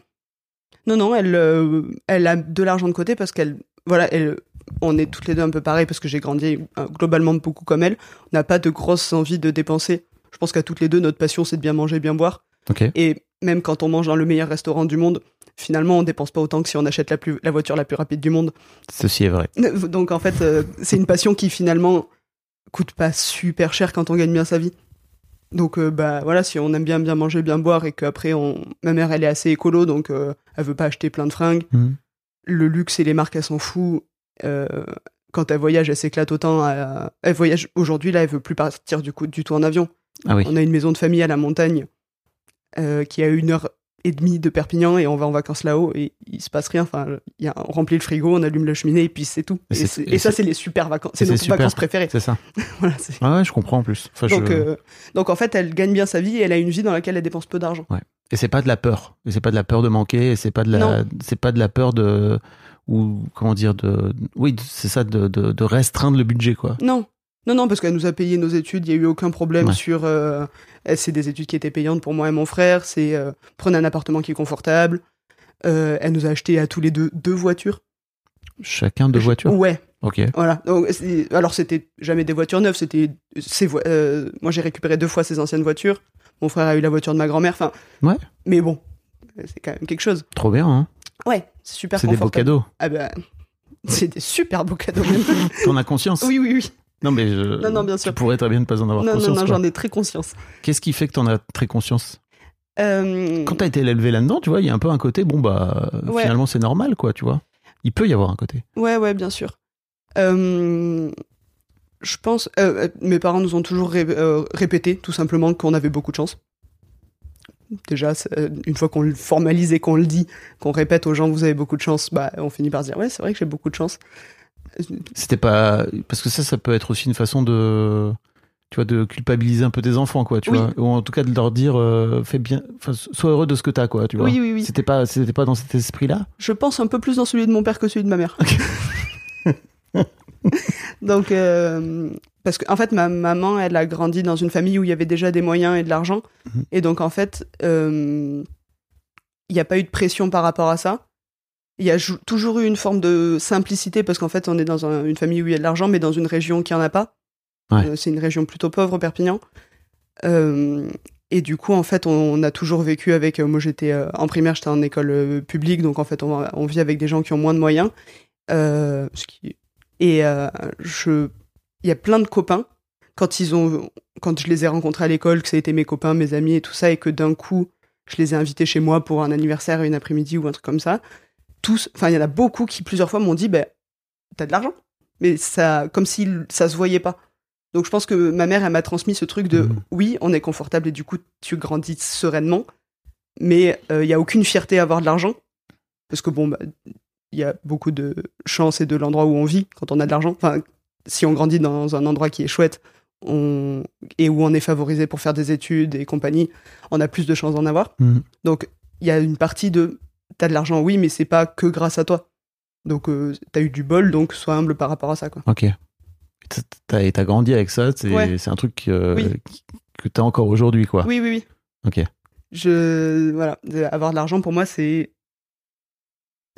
Non, non, elle, euh, elle a de l'argent de côté parce qu'elle. Voilà, elle, on est toutes les deux un peu pareilles parce que j'ai grandi euh, globalement beaucoup comme elle. On n'a pas de grosses envies de dépenser. Je pense qu'à toutes les deux, notre passion, c'est de bien manger, bien boire. Ok. Et même quand on mange dans le meilleur restaurant du monde, finalement, on dépense pas autant que si on achète la, plus, la voiture la plus rapide du monde. Ceci est vrai. Donc en fait, euh, c'est une passion qui finalement coûte pas super cher quand on gagne bien sa vie. Donc euh, bah voilà, si on aime bien bien manger, bien boire et qu'après on, ma mère elle est assez écolo donc euh, elle veut pas acheter plein de fringues. Mhm. Le luxe et les marques elle s'en fout. Euh, quand elle voyage, elle s'éclate autant. à- Elle voyage aujourd'hui là, elle veut plus partir du coup du tout en avion. Ah oui. On a une maison de famille à la montagne euh, qui est à une heure et demie de Perpignan et on va en vacances là-haut et il se passe rien. Enfin, il y a, on remplit le frigo, on allume la cheminée et puis c'est tout. Et Et, c'est- c'est- et et ça, c'est- c'est les super vacances. et C'est nos c'est super. vacances préférées. C'est ça. Voilà, c'est- Ah ouais, je comprends en plus. Enfin, je- donc, euh, donc en fait, elle gagne bien sa vie et elle a une vie dans laquelle elle dépense peu d'argent. Et c'est pas de la peur. Et c'est pas de la peur de manquer. Et c'est pas de la, Non. c'est pas de la peur de, ou comment dire, de, oui, de- c'est ça, de, de, de restreindre le budget, quoi. Non. Non, non, parce qu'elle nous a payé nos études, il n'y a eu aucun problème Ouais. sur. euh, eh, c'est des études qui étaient payantes pour moi et mon frère, c'est euh, prendre un appartement qui est confortable. Euh, elle nous a acheté à tous les deux deux voitures. Chacun deux voitures. Ouais, Ok. Voilà. Donc, c'est- alors c'était jamais des voitures neuves, c'était ses voi- euh, moi j'ai récupéré deux fois ses anciennes voitures. Mon frère a eu la voiture de ma grand-mère. Enfin. Ouais. Mais bon, c'est quand même quelque chose. Trop bien, hein. Ouais, c'est super. C'est des beaux confortable. cadeaux. Ah ben, C'est des super beaux cadeaux. même. T'en as conscience oui, oui, oui. Non, mais je, Non, non, bien sûr. tu pourrais très bien ne pas en avoir Non, non, conscience. non, quoi. j'en ai très conscience. Qu'est-ce qui fait que t'en as très conscience Euh, Quand t'as été élevé là-dedans, tu vois, il y a un peu un côté, bon, bah, euh, Ouais. finalement, c'est normal, quoi, tu vois. Il peut y avoir un côté. Ouais, ouais, bien sûr. Euh, je pense. euh, euh, mes parents nous ont toujours ré- euh, répété, tout simplement, qu'on avait beaucoup de chance. Déjà, c'est, euh, une fois qu'on le formalise et qu'on le dit, qu'on répète aux gens, vous avez beaucoup de chance, bah, on finit par se dire, ouais, c'est vrai que j'ai beaucoup de chance. C'était pas. Parce que ça, ça peut être aussi une façon de. Tu vois, de culpabiliser un peu tes enfants, quoi, tu Oui. vois. Ou en tout cas de leur dire, euh, fais bien. Enfin, sois heureux de ce que t'as, quoi, tu vois. Oui, oui, oui. C'était pas, c'était pas dans cet esprit-là Je pense un peu plus dans celui de mon père que celui de ma mère. Donc, euh, parce qu'en en fait, ma maman, elle a grandi dans une famille où il y avait déjà des moyens et de l'argent. Mhm. Et donc, en fait, euh, il n'y a pas eu de pression par rapport à ça. Il y a jou- toujours eu une forme de simplicité parce qu'en fait, on est dans un- une famille où il y a de l'argent, mais dans une région qui en a pas. Ouais. Euh, C'est une région plutôt pauvre, Perpignan. Euh, et du coup, en fait, on, on a toujours vécu avec. euh, moi, j'étais euh, en primaire, j'étais en école euh, publique, donc en fait, on, on vit avec des gens qui ont moins de moyens. Euh, ce qui, et euh, je, il y a plein de copains quand ils ont, quand je les ai rencontrés à l'école, que ça a été mes copains, mes amis et tout ça, et que d'un coup, je les ai invités chez moi pour un anniversaire, une après-midi ou un truc comme ça. Tous, enfin, il y en a beaucoup qui plusieurs fois m'ont dit, ben, t'as de l'argent, mais ça, comme si ça se voyait pas. Donc je pense que ma mère, elle m'a transmis ce truc de, Mhm. oui, on est confortable et du coup, tu grandis sereinement, mais euh, il y a aucune fierté à avoir de l'argent, parce que bon, bah, il y a beaucoup de chance et de l'endroit où on vit quand on a de l'argent. Enfin, si on grandit dans un endroit qui est chouette on... et où on est favorisé pour faire des études et compagnie, on a plus de chances d'en avoir. Mhm. Donc, il y a une partie de t'as de l'argent, oui, mais c'est pas que grâce à toi. Donc, euh, t'as eu du bol, donc sois humble par rapport à ça. Quoi. Ok. T'as- T'as et t'as grandi avec ça, c'est Ouais. c'est un truc euh, Oui. qui- que t'as encore aujourd'hui, quoi. Oui, oui, oui. Ah. Ok. Je... Voilà. De- Avoir de l'argent, pour moi, c'est.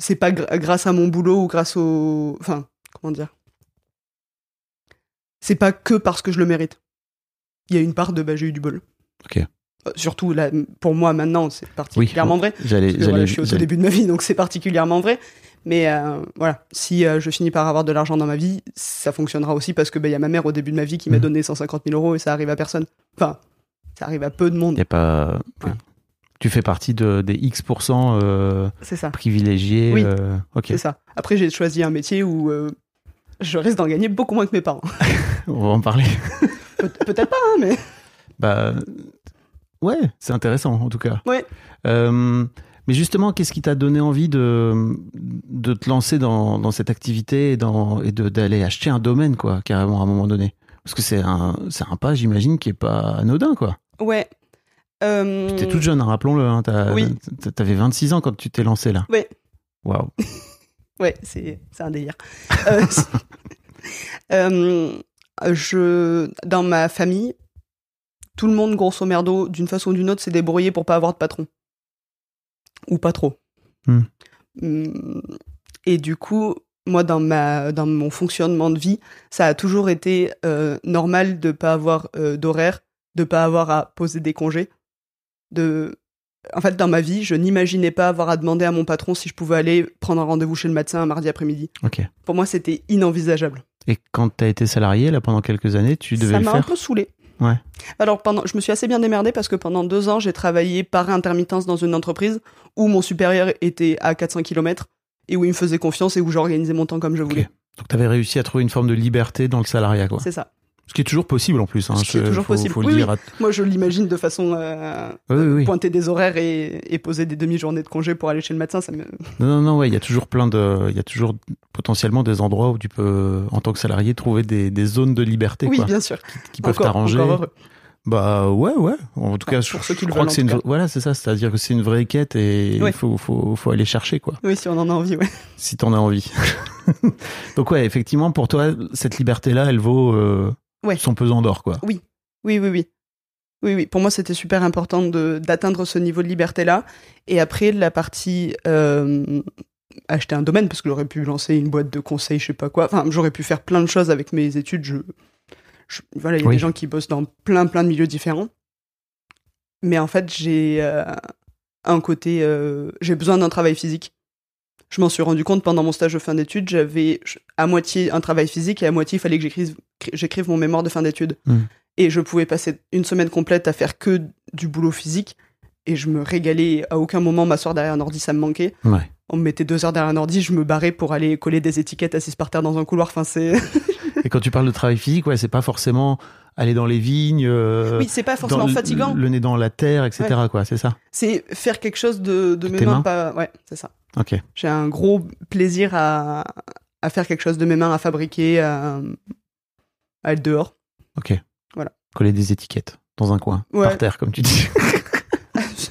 C'est pas gr- grâce à mon boulot ou grâce au. Enfin, comment dire C'est pas que parce que je le mérite. Il y a une part de bah, j'ai eu du bol. Ok. Euh, Surtout, là, pour moi, maintenant, c'est particulièrement vrai. J'allais, Parce que, j'allais, voilà, je suis au tout j'allais- début de ma vie, donc c'est particulièrement vrai. Mais euh, voilà, si euh, je finis par avoir de l'argent dans ma vie, ça fonctionnera aussi parce que bah, il y a ma mère au début de ma vie qui m'a Mhm. donné 150 000 euros et ça arrive à personne. Enfin, ça arrive à peu de monde. y a pas. Voilà. Tu fais partie de, des X pourcents, euh, C'est ça, privilégiés. Oui. euh, ok. c'est ça. Après, j'ai choisi un métier où euh, je risque d'en gagner beaucoup moins que mes parents. On va en parler. Peut- Peut-être pas, hein, mais Bah, ouais, c'est intéressant en tout cas. Ouais. Euh, mais justement, qu'est-ce qui t'a donné envie de, de te lancer dans, dans cette activité et, dans, et de- d'aller acheter un domaine, quoi, carrément à un moment donné Parce que c'est un, c'est un pas, j'imagine, qui est pas anodin, quoi. ouais. Euh, Puis t'es toute jeune, hein, rappelons-le. Hein, t'as- Oui. t'as- T'avais 26 ans quand tu t'es lancé là. Ouais. Waouh. Ouais, c'est c'est un délire. Euh, euh, je, dans ma famille, tout le monde, grosso merdo, d'une façon ou d'une autre, s'est débrouillé pour pas avoir de patron. Ou pas trop. Hmm. Hum, Et du coup, moi, dans, ma, dans mon fonctionnement de vie, ça a toujours été euh, normal de pas avoir euh, d'horaire, de pas avoir à poser des congés. De... En fait, dans ma vie, je n'imaginais pas avoir à demander à mon patron si je pouvais aller prendre un rendez-vous chez le médecin un mardi après-midi. Ok. Pour moi, c'était inenvisageable. Et quand t'as été salarié là pendant quelques années, tu devais ça le m'a un faire. peu saoulé. Ouais. Alors pendant, je me suis assez bien démerdée parce que pendant deux ans, j'ai travaillé par intermittence dans une entreprise où mon supérieur était à 400 km et où il me faisait confiance et où j'organisais mon temps comme je voulais. Donc t'avais réussi à trouver une forme de liberté dans le salariat, quoi. C'est ça. Ce qui est toujours possible en plus. Hein, Ce qui est je- toujours faut- possible. Faut le Oui, dire. oui. à- Moi, je l'imagine de façon euh, Oui, oui, oui. pointer des horaires et, et poser des demi-journées de congé pour aller chez le médecin. Ça me... Non, non, non, ouais, il y a toujours plein de. Il y a toujours potentiellement des endroits où tu peux, en tant que salarié, trouver des, des zones de liberté Oui, quoi, bien sûr. qui peuvent Encore- t'arranger. encore heureux. Bah ouais, ouais. En tout Enfin, cas, je, pour ceux qui je le crois veulent, que c'est en une. tout Voilà, c'est ça. C'est-à-dire que c'est une vraie quête et il Ouais. faut, faut, faut aller chercher, quoi, Oui, si on en a envie, ouais. si t'en as envie. Donc ouais, effectivement, pour toi, cette liberté-là, elle vaut euh, Ouais. son pesant d'or, quoi. Oui, oui, oui. Oui, oui. Pour moi, c'était super important de- d'atteindre ce niveau de liberté-là. Et après, la partie euh, acheter un domaine, parce que j'aurais pu lancer une boîte de conseil, je sais pas quoi. Enfin, j'aurais pu faire plein de choses avec mes études. Je, je- voilà, il y a Oui. des gens qui bossent dans plein, plein de milieux différents. Mais en fait, j'ai euh, un côté. euh, j'ai besoin d'un travail physique. Je m'en suis rendu compte pendant mon stage de fin d'études. J'avais à moitié un travail physique et à moitié il fallait que j'écrive, j'écrive mon mémoire de fin d'études. Mm. Et je pouvais passer une semaine complète à faire que du boulot physique. Et je me régalais. À aucun moment, m'asseoir derrière un ordi, ça me manquait. Ouais. On me mettait deux heures derrière un ordi, je me barrais pour aller coller des étiquettes assises par terre dans un couloir. Enfin, c'est. Euh, Et quand tu parles de travail physique, ouais, c'est pas forcément aller dans les vignes, euh, oui, c'est pas dans forcément le- fatigant. le nez dans la terre, etc. Quoi, c'est ça. C'est faire quelque chose de, de mes Tes mains, mains. Pas... Ouais, c'est ça. Ok. J'ai un gros plaisir à, à faire quelque chose de mes mains, à fabriquer, à, à être dehors. Coller des étiquettes dans un coin, Ouais. par terre, comme tu dis.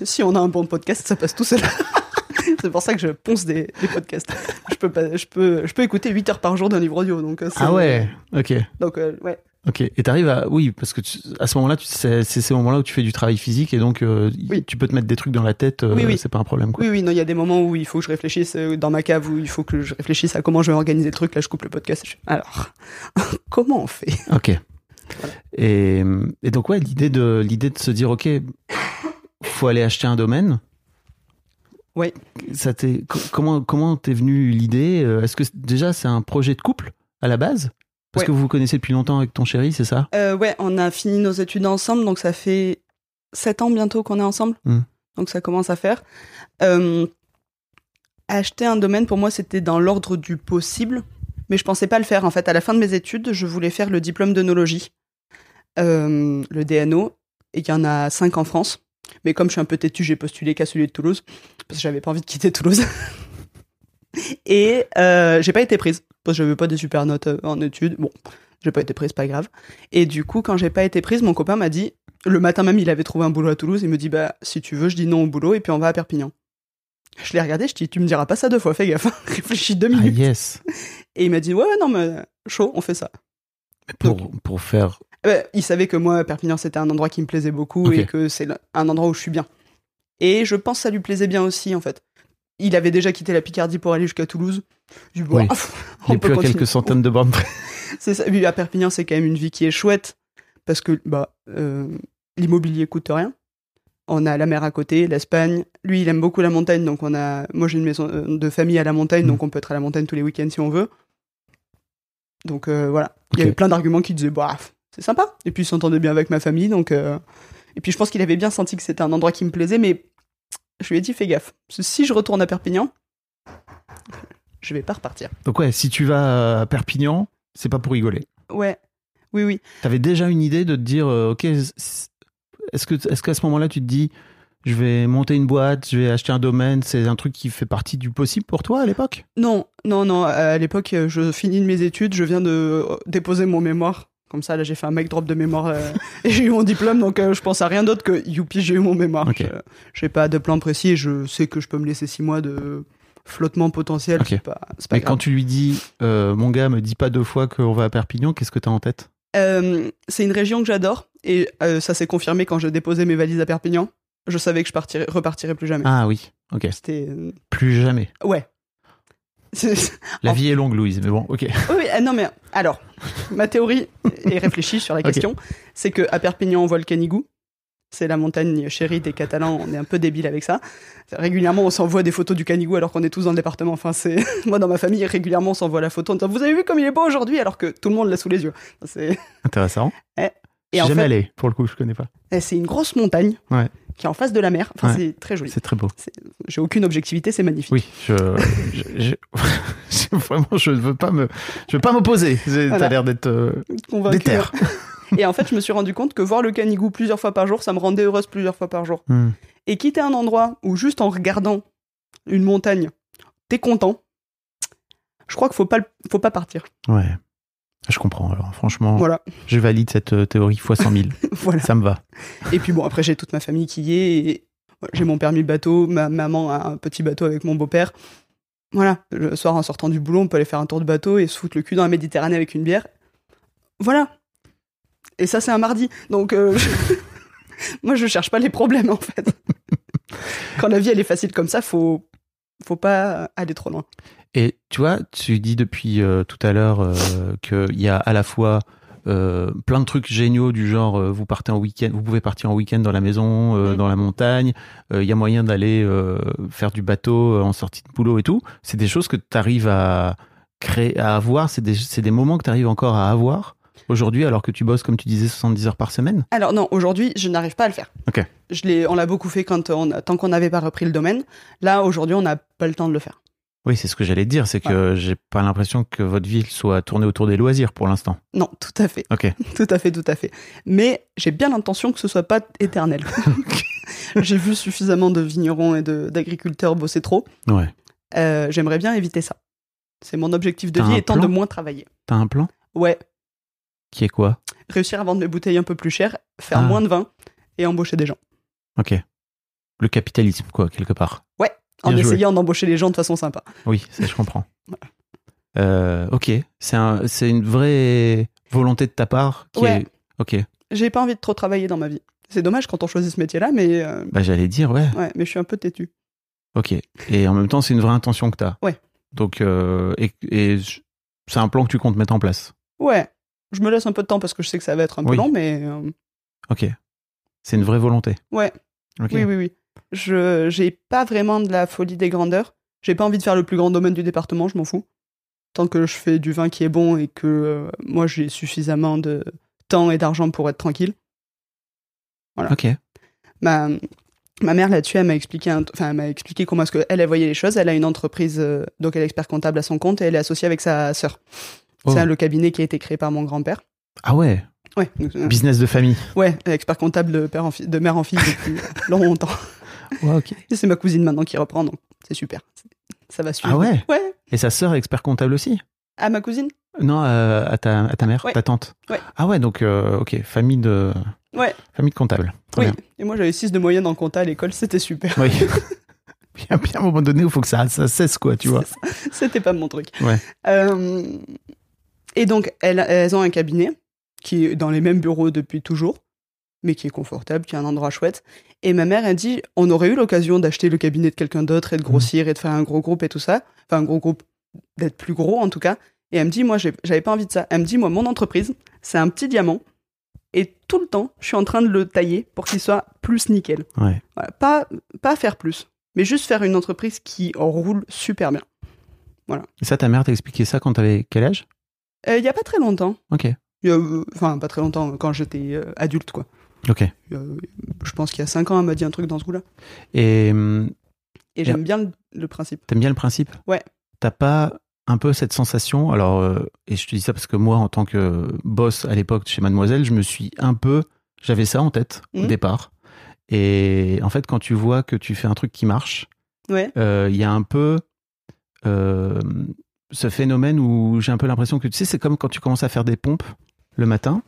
si on a un bon podcast, ça passe tout seul. c'est pour ça que je ponce des, des podcasts. Je peux, pas, je, peux, je peux écouter 8 heures par jour d'un livre audio. Donc, euh, c'est- ah ouais. Ok. Donc, euh, ouais. Ok. Et t'arrives à oui, parce que tu- à ce moment-là, tu- c'est c'est ces moments-là où tu fais du travail physique et donc euh, Oui. tu peux te mettre des trucs dans la tête. euh, Oui, oui. C'est pas un problème. Quoi. Oui, oui, non, il y a des moments où il faut que je réfléchisse, euh, dans ma cave, où il faut que je réfléchisse à comment je vais organiser le truc. Là, je coupe le podcast. Je- Alors, comment on fait Ok. Et, et donc ouais, l'idée de l'idée de se dire ok, faut aller acheter un domaine. Ouais. Ça t'est co- comment comment t'es venue l'idée Euh, Est-ce que c'est- déjà c'est un projet de couple à la base Parce Ouais. que vous vous connaissez depuis longtemps avec ton chéri, c'est ça Euh, Ouais, on a fini nos études ensemble, donc ça fait 7 ans bientôt qu'on est ensemble. Hmm. Donc ça commence à faire. Euh, acheter un domaine, pour moi, c'était dans l'ordre du possible, mais je pensais pas le faire. En fait, à la fin de mes études, je voulais faire le diplôme d'œnologie, euh, le DNO, et il y en a 5 en France. Mais comme je suis un peu têtu, j'ai postulé qu'à celui de Toulouse, parce que j'avais pas envie de quitter Toulouse. et euh, j'ai pas été prise, parce que j'avais pas des super notes euh, en études. Bon, j'ai pas été prise, pas grave. Et du coup, quand j'ai pas été prise, mon copain m'a dit, le matin même, il avait trouvé un boulot à Toulouse, il me dit, bah, si tu veux, je dis non au boulot, et puis on va à Perpignan. Je l'ai regardé, je dis, tu me diras pas ça deux fois, fais gaffe, hein. réfléchis deux Ah minutes. yes. Et il m'a dit, ouais, ouais, non, mais chaud, on fait ça. Pour pour faire Euh, il savait que moi, Perpignan, c'était un endroit qui me plaisait beaucoup Ok. et que c'est le- un endroit où je suis bien. Et je pense que ça lui plaisait bien aussi, en fait. Il avait déjà quitté la Picardie pour aller jusqu'à Toulouse. Je dis, bon, Oui. on il est peut plus à continuer. quelques centaines de bornes près. C'est ça. Oui, à Perpignan, c'est quand même une vie qui est chouette parce que bah, euh, l'immobilier coûte rien. On a la mer à côté, l'Espagne. Lui, il aime beaucoup la montagne, donc on a. Moi, j'ai une maison euh, de famille à la montagne, Mhm. donc on peut être à la montagne tous les week-ends si on veut. Donc euh, voilà. Il y Ok. avait plein d'arguments qui disaient, bah, c'est sympa. Et puis, il s'entendait bien avec ma famille, donc. euh, Et puis, je pense qu'il avait bien senti que c'était un endroit qui me plaisait, mais je lui ai dit, fais gaffe. Parce que si je retourne à Perpignan, je vais pas repartir. Donc ouais, si tu vas à Perpignan, c'est pas pour rigoler. Ouais. Oui, oui. T'avais déjà une idée de te dire, euh, ok, c- est-ce que est-ce qu'à ce moment-là tu te dis, je vais monter une boîte, je vais acheter un domaine, c'est un truc qui fait partie du possible pour toi à l'époque Non, non, non. À l'époque, euh, je finis mes études, je viens de euh, déposer mon mémoire. Comme ça, là, j'ai fait un mic drop de mémoire euh, et j'ai eu mon diplôme, donc euh, je pense à rien d'autre que youpi, j'ai eu mon mémoire. Ok. Je j'ai pas de plan précis et je sais que je peux me laisser six mois de flottement potentiel. Ok. C'est pas, c'est pas Mais grave. quand tu lui dis, euh, mon gars, me dis pas deux fois qu'on va à Perpignan, qu'est-ce que t'as en tête Euh, c'est une région que j'adore et euh, ça s'est confirmé quand j'ai déposé mes valises à Perpignan. Je savais que je partirais, repartirais plus jamais. Ah oui, ok, C'était. euh, plus jamais. Ouais. La Oh. vie est longue, Louise, mais bon, ok. Oui, oui, ah non, mais alors, ma théorie est réfléchie sur la Ok. question. C'est que à Perpignan, on voit le canigou. C'est la montagne chérie des Catalans. On est un peu débile avec ça. Régulièrement, on s'envoie des photos du canigou alors qu'on est tous dans le département. Enfin, c'est moi dans ma famille, régulièrement, on s'envoie la photo. en disant, Vous avez vu comme il est beau aujourd'hui alors que tout le monde l'a sous les yeux. C'est Intéressant. Eh, Je et en suis jamais fait- allé, pour le coup, je connais pas. eh, c'est une grosse montagne Ouais. qui est en face de la mer. Enfin, Ouais. c'est très joli. C'est très beau. J'ai aucune objectivité, c'est magnifique. Oui, je, je- je- vraiment, je ne veux pas me, je veux pas m'opposer. J'ai- T'as Voilà. l'air d'être euh, convaincu. Des terres. Et en fait, je me suis rendu compte que voir le canigou plusieurs fois par jour, ça me rendait heureuse plusieurs fois par jour. Hmm. Et quitter un endroit où juste en regardant une montagne, t'es content. Je crois qu'il faut pas, le- faut pas partir. Ouais. Je comprends. Alors, franchement, Voilà, je valide cette euh, théorie fois 100 000. voilà. Ça me va. Et puis bon, après j'ai toute ma famille qui y est. et J'ai mon permis bateau, ma maman a un petit bateau avec mon beau-père. Voilà, le soir en sortant du boulot, on peut aller faire un tour de bateau et se foutre le cul dans la Méditerranée avec une bière. Voilà. Et ça, c'est un mardi. Donc, euh, je- moi, je cherche pas les problèmes en fait. Quand la vie elle est facile comme ça, faut faut pas aller trop loin. Et tu vois, tu dis depuis euh, tout à l'heure euh, qu'il y a à la fois euh, plein de trucs géniaux du genre euh, vous partez en week-end, vous pouvez partir en week-end dans la maison, euh, Mhm. dans la montagne. euh, Il y a moyen d'aller euh, faire du bateau euh, en sortie de boulot et tout. C'est des choses que tu arrives à créer, à avoir. C'est des, c'est des moments que tu arrives encore à avoir aujourd'hui, alors que tu bosses comme tu disais 70 heures par semaine. Alors non, aujourd'hui, je n'arrive pas à le faire. Ok. Je l'ai, on l'a beaucoup fait quand on, tant qu'on n'avait pas repris le domaine. Là, aujourd'hui, on n'a pas le temps de le faire. Oui, c'est ce que j'allais te dire, c'est que j'ai pas l'impression que votre ville soit tournée autour des loisirs pour l'instant. Non, tout à fait, Ok. tout à fait, tout à fait. Mais j'ai bien l'intention que ce soit pas éternel. j'ai vu suffisamment de vignerons et de- d'agriculteurs bosser trop. Ouais. Euh, J'aimerais bien éviter ça. C'est mon objectif de T'as vie un étant plan de moins travailler. T'as un plan Ouais, qui est quoi réussir à vendre mes bouteilles un peu plus chères, faire Ah. moins de vin et embaucher des gens. Ok. Le capitalisme, quoi, quelque part. En Bien joué. essayant d'embaucher les gens de façon sympa. Oui, ça je comprends. Euh, ok, c'est un- c'est une vraie volonté de ta part qui Ouais. est. Ok, J'ai pas envie de trop travailler dans ma vie. C'est dommage quand on choisit ce métier-là, mais, euh, bah j'allais dire, ouais. ouais, mais je suis un peu têtu. Ok. Et en même temps, c'est une vraie intention que t'as. Ouais. Donc, euh, et, et je- c'est un plan que tu comptes mettre en place. Ouais, je me laisse un peu de temps parce que je sais que ça va être un peu Oui. long, mais euh, Ok. C'est une vraie volonté. ouais, Ok. oui, oui, oui. Je j'ai pas vraiment de la folie des grandeurs. J'ai pas envie de faire le plus grand domaine du département, je m'en fous. Tant que je fais du vin qui est bon et que euh, moi j'ai suffisamment de temps et d'argent pour être tranquille. Ok. Ma ma mère là-dessus, elle m'a expliqué, un- enfin, elle m'a expliqué comment est-ce que elle, elle voyait les choses. Elle a une entreprise, euh, donc elle est expert comptable à son compte et elle est associée avec sa sœur. Oh. C'est le cabinet qui a été créé par mon grand-père. Ah ouais. Ouais, donc, euh, Business de famille. ouais, expert comptable de, père en fi- de mère en fille depuis longtemps. Ouais, ok. Et C'est ma cousine maintenant qui reprend, donc c'est super. C'est- Ça va suivre. Ah ouais Ouais, Et sa sœur est expert comptable aussi à ma cousine Non, euh, à, ta, à ta mère, Ouais. ta tante. Ouais. Ah ouais, donc, euh, ok, famille de. Ouais. Famille de comptable. Très Oui. bien. Et moi j'avais 6 de moyenne en compta à l'école, c'était super. Oui. Il y a bien un moment donné où il faut que ça, ça cesse, quoi, tu vois. C'est ça. C'était pas mon truc. Ouais. Euh, et donc elles, elles ont un cabinet qui est dans les mêmes bureaux depuis toujours, mais qui est confortable, qui est un endroit chouette. Et ma mère a dit on aurait eu l'occasion d'acheter le cabinet de quelqu'un d'autre et Mhm. de grossir et de faire un gros groupe et tout ça. Enfin, un gros groupe, d'être plus gros en tout cas. Et elle me dit moi, j'ai- j'avais pas envie de ça. Elle me dit moi, mon entreprise, c'est un petit diamant. Et tout le temps, je suis en train de le tailler pour qu'il soit plus nickel. Ouais. Voilà, pas, pas faire plus, mais juste faire une entreprise qui en roule super bien. Et ça, ta mère t'a expliqué ça quand t'avais quel âge Euh, Il y a pas très longtemps, Ok. il y a, euh, enfin pas très longtemps, quand j'étais euh, adulte quoi. Ok. Il y a, euh, je pense qu'il y a 5 ans, elle m'a dit un truc dans ce goût-là. Et hum, Et j'aime bien le, le principe. t'aimes bien le principe Ouais. T'as pas un peu cette sensation Alors, euh, et je te dis ça parce que moi, en tant que boss à l'époque chez Mademoiselle, je me suis un peu. J'avais ça en tête au Mhm. départ. Et en fait, quand tu vois que tu fais un truc qui marche, Ouais. euh, il y a un peu euh, ce phénomène où j'ai un peu l'impression que tu sais, c'est comme quand tu commences à faire des pompes le matin.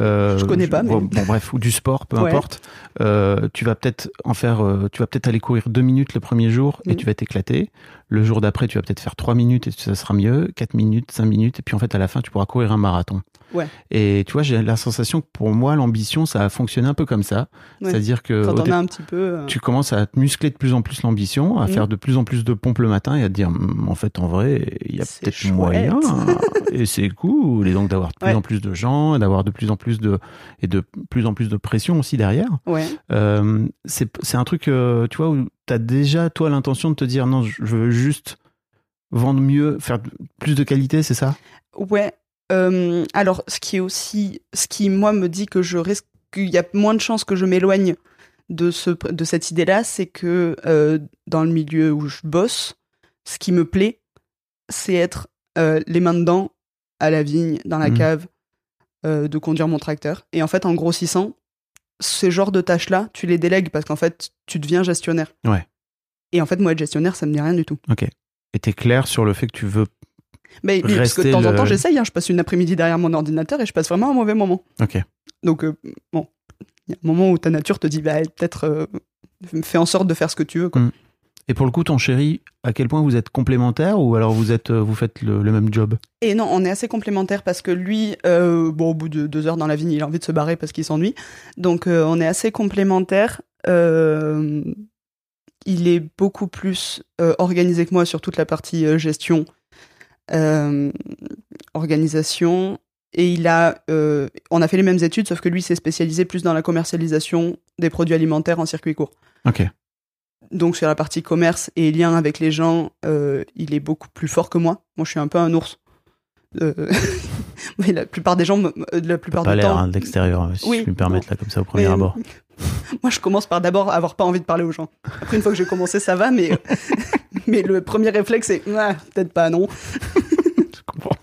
Euh, je connais pas, mais- bon, bon, bref, ou du sport, peu Ouais. importe. Euh, tu vas peut-être en faire, euh, tu vas peut-être aller courir deux minutes le premier jour et Mhm. tu vas t'éclater. Le jour d'après, tu vas peut-être faire trois minutes et ça sera mieux, quatre minutes, cinq minutes, et puis en fait, à la fin, tu pourras courir un marathon. Ouais. Et tu vois, j'ai la sensation que pour moi, l'ambition, ça a fonctionné un peu comme ça. Ouais. C'est-à-dire que Quand au on dé- a un petit peu. euh, tu commences à te muscler de plus en plus l'ambition, à Mhm. faire de plus en plus de pompes le matin et à te dire, "Hmm, en fait, en vrai, il y a C'est peut-être chouette. moyen. hein. et c'est cool. Et donc d'avoir de plus Ouais. en plus de gens, d'avoir de plus en plus de, et de plus en plus de pression aussi derrière. Ouais. Euh, c'est c'est un truc, euh, tu vois, où tu as déjà, toi, l'intention de te dire, non, je je veux juste vendre mieux, faire de- plus de qualité, c'est ça Ouais. Euh, alors, ce qui est aussi, ce qui moi me dit que je risque, qu'il y a moins de chances que je m'éloigne de ce, de cette idée-là, c'est que euh, dans le milieu où je bosse, ce qui me plaît, c'est être euh, les mains dedans, à la vigne, dans la Mhm. cave, euh, de conduire mon tracteur. Et en fait, en grossissant, ce genre de tâches-là, tu les délègues parce qu'en fait, tu deviens gestionnaire. Ouais. Et en fait, moi, être gestionnaire, ça me dit rien du tout. Et t'es clair sur le fait que tu veux. Mais, mais parce que de Rester temps en le- temps, j'essaye. hein. je passe une après-midi derrière mon ordinateur et je passe vraiment un mauvais moment. Ok. Donc, euh, bon, il y a un moment où ta nature te dit, bah, peut-être euh, fais en sorte de faire ce que tu veux. Quoi. Et pour le coup, ton chéri, à quel point vous êtes complémentaires ou alors vous êtes, euh, vous faites le, le même job Et non, on est assez complémentaires parce que lui, euh, bon, au bout de deux heures dans la vigne, il a envie de se barrer parce qu'il s'ennuie. Donc, euh, on est assez complémentaires. Euh, il est beaucoup plus euh, organisé que moi sur toute la partie euh, gestion, euh, organisation, Et il a, euh, on a fait les mêmes études, sauf que lui s'est spécialisé plus dans la commercialisation des produits alimentaires en circuit court. Ok. Donc sur la partie commerce et lien avec les gens, euh, il est beaucoup plus fort que moi. Moi, je suis un peu un ours. Euh, mais la plupart des gens, me- me- la plupart Pas du l'air temps, hein, de l'extérieur, hein, si Oui. je puis me permettre, là, comme ça, au premier Mais- euh, abord. moi, je commence par d'abord avoir pas envie de parler aux gens. Après, une fois que j'ai commencé, ça va, mais euh, mais le premier réflexe c'est Ah, peut-être pas non. Je comprends.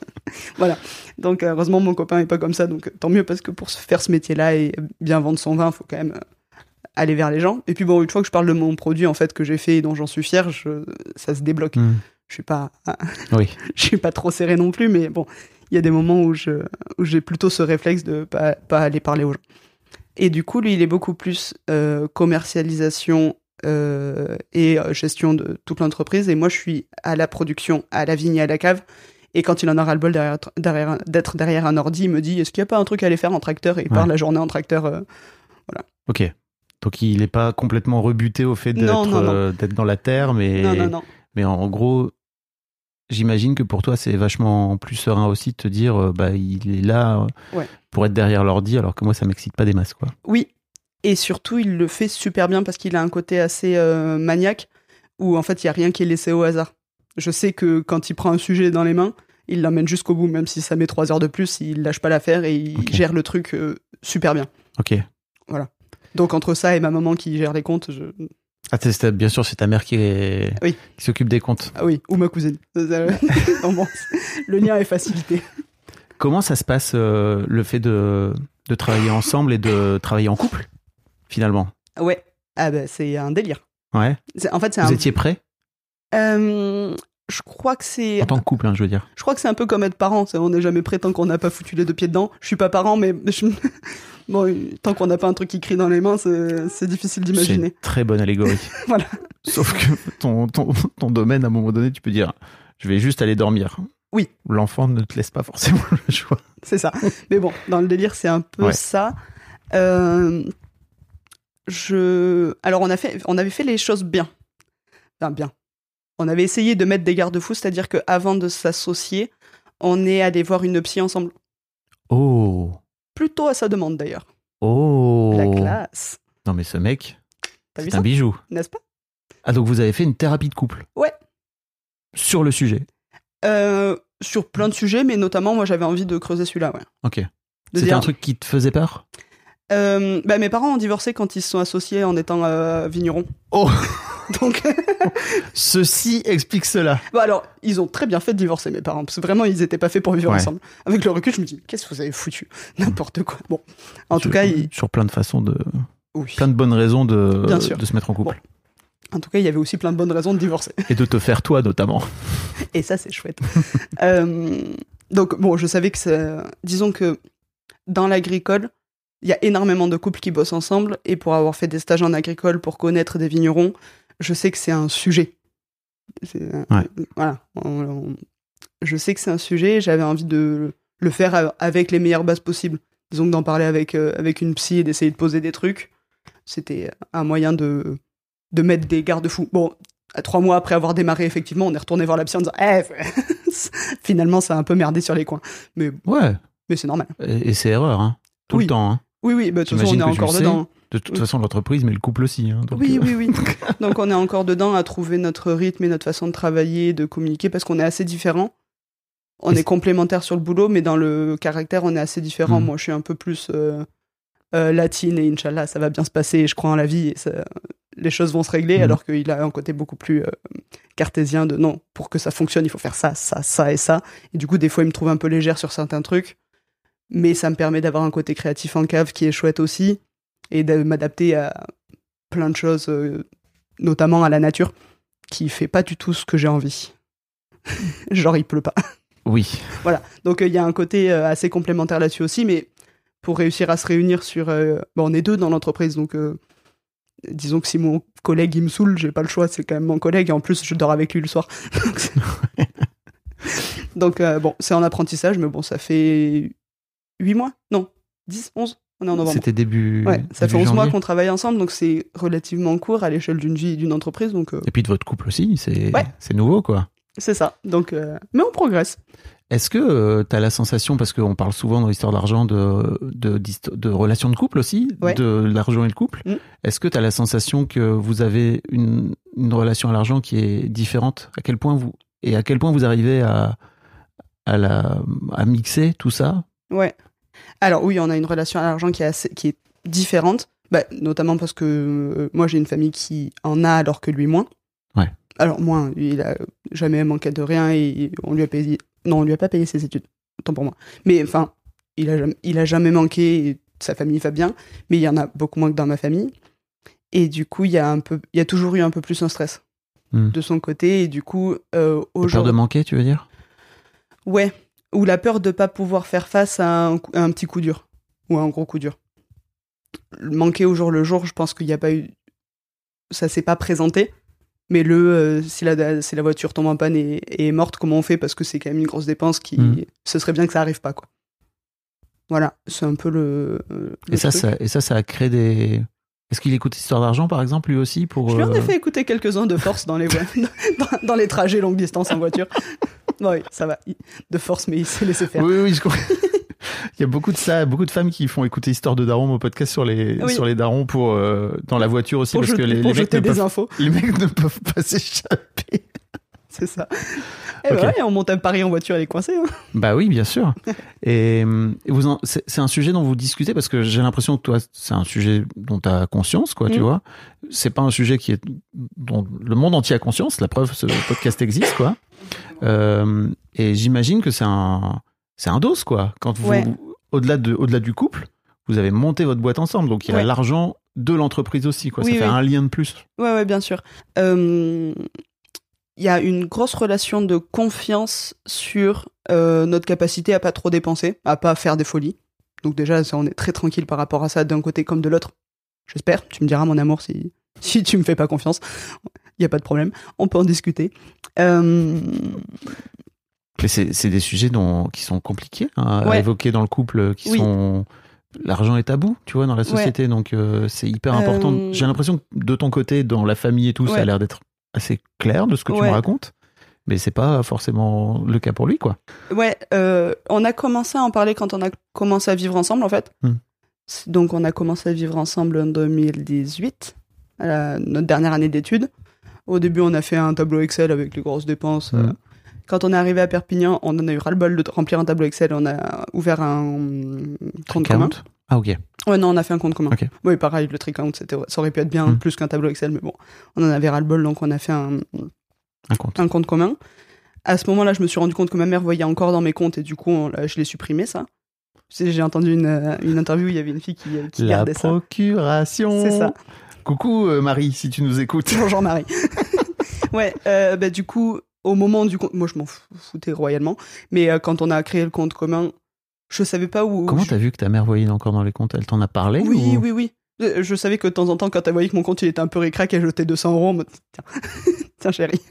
Donc euh, heureusement, mon copain est pas comme ça, donc euh, tant mieux parce que pour se faire ce métier-là et bien vendre son vin, faut quand même euh, aller vers les gens. Et puis bon, une fois que je parle de mon produit en fait que j'ai fait et dont j'en suis fier, je- ça se débloque. Hmm. Je suis pas, Oui. je suis pas trop serré non plus, mais bon, il y a des moments où je où j'ai plutôt ce réflexe de pas pas aller parler aux gens. Et du coup, lui, il est beaucoup plus euh, commercialisation euh, et euh, gestion de toute l'entreprise. Et moi, je suis à la production, à la vigne et à la cave. Et quand il en a ras-le-bol derrière- derrière un- d'être derrière, un ordi, il me dit Est-ce qu'il n'y a pas un truc à aller faire en tracteur Et il Ouais. part la journée en tracteur. euh, Ok. Donc il n'est pas complètement rebuté au fait Non, d'être non, non. euh, d'être dans la terre, mais, Non, non, non. mais en gros, j'imagine que pour toi, c'est vachement plus serein aussi de te dire euh, bah, il est là euh, Ouais. pour être derrière l'ordi, alors que moi, ça m'excite pas des masses. Quoi. Oui. Et surtout, il le fait super bien parce qu'il a un côté assez euh, maniaque où en fait, il n'y a rien qui est laissé au hasard. Je sais que quand il prend un sujet dans les mains, il l'emmène jusqu'au bout, même si ça met trois heures de plus, il lâche pas l'affaire et il Ok. gère le truc euh, super bien. Ok. Donc entre ça et ma maman qui gère les comptes, je... Ah, c'est- c'est- bien sûr, c'est ta mère qui est- Oui. qui s'occupe des comptes. ah oui, ou ma cousine. Non, bon, le lien est facilité. Comment ça se passe euh, le fait de, de travailler ensemble et de travailler en couple, finalement Ouais. Ah ben c'est un délire. Ouais. C'est- En fait, c'est Vous un. étiez prêts Euh, je crois que c'est. en tant que couple, hein, je veux dire. Je crois que c'est un peu comme être parent. c'est- On n'est jamais prêt tant qu'on n'a pas foutu les deux pieds dedans. Je suis pas parent, mais je- bon, tant qu'on n'a pas un truc qui crie dans les mains, c'est c'est difficile C'est une d'imaginer. très bonne allégorie. Voilà. Sauf que ton, ton, ton domaine, à un moment donné, tu peux dire je vais juste aller dormir. Oui. L'enfant ne te laisse pas forcément le choix. C'est ça. Mais bon, dans le délire, c'est un peu Ouais. ça. Euh, Je. Alors, on, a fait... on avait fait les choses bien. Enfin, bien. On avait essayé de mettre des garde-fous, c'est-à-dire qu'avant de s'associer, on est allé voir une psy ensemble. Oh Plutôt à sa demande d'ailleurs. Oh La classe. Non, mais ce mec, T'as vu c'est ça un bijou. N'est-ce pas Ah, donc vous avez fait une thérapie de couple Ouais. Sur le sujet. Euh, Sur plein de sujets, mais notamment, moi, j'avais envie de creuser celui-là. Ouais. Ok. De C'était dire- un truc qui te faisait peur Euh, bah, mes parents ont divorcé quand ils se sont associés en étant euh, vignerons. Oh. Donc, Ceci explique cela. bah alors, ils ont très bien fait de divorcer, mes parents, parce que vraiment, ils n'étaient pas faits pour vivre Ouais. ensemble. Avec le recul, je me dis, qu'est-ce que vous avez foutu N'importe quoi. Bon, en tout Sur- cas, ils... Sur plein de façons de. oui. plein de bonnes raisons de, Bien sûr. de se mettre en couple. En tout cas, il y avait aussi plein de bonnes raisons de divorcer. Et de te faire toi notamment. Et ça, c'est chouette. Euh, donc, bon, je savais que ça- Disons que dans l'agricole, il y a énormément de couples qui bossent ensemble. Et pour avoir fait des stages en agricole, pour connaître des vignerons, je sais que c'est un sujet. C'est- euh, Voilà. On- on- je sais que c'est un sujet. J'avais envie de le faire a- avec les meilleures bases possibles. Disons que d'en parler avec, euh, avec une psy et d'essayer de poser des trucs, c'était un moyen de, de mettre des garde-fous. Bon, à Euh, trois mois après avoir démarré, effectivement, on est retourné voir la psy en disant Eh, Finalement, ça a un peu merdé sur les coins. Ouais. Mais c'est normal. Et, et c'est erreur, hein. Tout Oui. le temps. hein. Oui, oui, bah, de toute façon, on J'imagine est que tu encore le sais. dedans. De toute Oui. façon, l'entreprise, mais le couple aussi. hein. Donc, oui, euh, oui, oui. Donc, on est encore dedans à trouver notre rythme et notre façon de travailler, de communiquer, parce qu'on est assez différents. On Et est c'est- complémentaires sur le boulot, mais dans le caractère, on est assez différents. Mhm. Moi, je suis un peu plus euh, euh, latine et Inch'Allah, ça va bien se passer, et je crois en la vie, et ça- les choses vont se régler, Mhm. alors qu'il a un côté beaucoup plus euh, cartésien de non, pour que ça fonctionne, il faut faire ça, ça, ça et ça. Et du coup, des fois, il me trouve un peu légère sur certains trucs, mais ça me permet d'avoir un côté créatif en cave qui est chouette aussi, et de m'adapter à plein de choses, euh, notamment à la nature, qui fait pas du tout ce que j'ai envie. Genre, il pleut pas. oui. Voilà. Donc, euh, il y a un côté euh, assez complémentaire là-dessus aussi, mais pour réussir à se réunir sur. euh, bon, on est deux dans l'entreprise, donc euh, disons que si mon collègue il me saoule, j'ai pas le choix, c'est quand même mon collègue, et en plus, je dors avec lui le soir. Donc, c'est- donc, euh, bon, c'est en apprentissage, mais bon, ça fait 8 mois Non, 10, 11 On est en novembre. C'était début. Ouais, ça fait début 11 mois janvier. qu'on travaille ensemble, donc c'est relativement court à l'échelle d'une vie et d'une entreprise, donc euh, Et puis de votre couple aussi, c'est Ouais. c'est nouveau, quoi. c'est ça. Donc, euh, mais on progresse. Est-ce que tu as la sensation, parce qu'on parle souvent dans l'histoire d'argent de, de, d'histo- de relations de couple aussi, Ouais. de l'argent et le couple, Mm. est-ce que tu as la sensation que vous avez une, une relation à l'argent qui est différente à quel point vous, Et à quel point vous arrivez à, à, la, à mixer tout ça Ouais. Alors oui, on a une relation à l'argent qui est assez, qui est différente, bah, notamment parce que euh, moi j'ai une famille qui en a alors que lui moins. Ouais. Alors moins, il a jamais manqué de rien et on lui a payé, non, on lui a pas payé ses études, tant pour moi. Mais enfin, il a jamais, il a jamais manqué, et sa famille va bien, mais il y en a beaucoup moins que dans ma famille. Et du coup, il y a un peu, il y a toujours eu un peu plus un stress Hmm. de son côté et du coup, euh, T'as Peur aujourd'hui. de manquer, tu veux dire Ouais, ou la peur de pas pouvoir faire face à un, cou- à un petit coup dur ou à un gros coup dur. Le Manquer au jour le jour, je pense qu'il n'y a pas eu. Ça s'est pas présenté. Mais le euh, si, la, si la voiture tombe en panne et, et est morte, comment on fait Parce que c'est quand même une grosse dépense qui. Mm. Ce serait bien que ça arrive pas, quoi. Voilà, c'est un peu le. euh, le et ça, truc. ça, et ça, ça a créé des. Est-ce qu'il écoute Histoire d'argent, par exemple, lui aussi pour, Je lui en ai euh, fait écouter quelques-uns de force dans les, voies- dans, dans les trajets longue distance en voiture. oui, ça va. il- De force, mais il s'est laissé faire. Oui, oui, je comprends. Il y a beaucoup de ça, beaucoup de femmes qui font écouter Histoire de Daron au podcast sur les, Oui. sur les darons pour, euh, dans la voiture aussi, pour parce jeter, que les, pour les mecs jeter ne des peuvent, infos. les mecs ne peuvent pas s'échapper. C'est ça. Et Ok. Eh ouais, on monte à Paris en voiture, elle est coincée. hein. Bah oui, bien sûr. Et euh, vous en- c'est c'est un sujet dont vous discutez parce que j'ai l'impression que toi, c'est un sujet dont tu as conscience, quoi, tu Mm. vois. C'est pas un sujet qui est dont le monde entier a conscience. La preuve, ce podcast existe, quoi. Euh, et j'imagine que c'est un, c'est un dos, quoi. Quand vous, Ouais. au-delà de, au-delà du couple, vous avez monté votre boîte ensemble, donc il y a Ouais. l'argent de l'entreprise aussi, quoi. Oui, ça fait oui. un lien de plus. Ouais, ouais, bien sûr. Euh, Il y a une grosse relation de confiance sur euh, notre capacité à pas trop dépenser, à pas faire des folies. Donc déjà, ça, on est très tranquille par rapport à ça d'un côté comme de l'autre. J'espère. Tu me diras, mon amour, si, si tu me fais pas confiance. Il n'y a pas de problème. On peut en discuter. Euh, Mais c'est c'est des sujets dont, qui sont compliqués hein, à Ouais. évoquer dans le couple, euh, qui Oui. sont. L'argent est tabou, tu vois, dans la société, donc euh, c'est hyper important. Euh. J'ai l'impression que de ton côté, dans la famille et tout, ça a Ouais. l'air d'être assez clair de ce que tu Ouais. me racontes, mais c'est pas forcément le cas pour lui, quoi. Ouais, euh, on a commencé à en parler quand on a commencé à vivre ensemble, en fait. Hmm. C'est- Donc, on a commencé à vivre ensemble en 2018, à la- notre dernière année d'études. Au début, on a fait un tableau Excel avec les grosses dépenses. Hmm. euh. Quand on est arrivé à Perpignan, on en a eu ras-le-bol de remplir un tableau Excel. On a ouvert un euh, compte commun. Count Ah, ok. Ouais, non, on a fait un compte commun. Ok. Oui, pareil, le tricount, c'était- ça aurait pu être bien Hmm. plus qu'un tableau Excel, mais bon, on en avait ras-le-bol, donc on a fait un, Un compte. un compte commun. À ce moment-là, je me suis rendu compte que ma mère voyait encore dans mes comptes et du coup, on l'a- je l'ai supprimé, ça. Tu sais, J'ai entendu une, euh, une interview où il y avait une fille qui, euh, qui La gardait ça. procuration. C'est ça. Coucou euh, Marie, si tu nous écoutes. Bonjour Jean-Marie. ouais, euh, bah, du coup, au moment du compte, moi je m'en fou- foutais royalement, mais euh, quand on a créé le compte commun, je savais pas où. Comment je- t'as vu que ta mère voyait encore dans les comptes Elle t'en a parlé Oui, ou- oui, oui. Euh, Je savais que de temps en temps, quand elle voyait que mon compte il était un peu récrac, elle jetait 200 euros. en mode, Tiens, tiens chérie.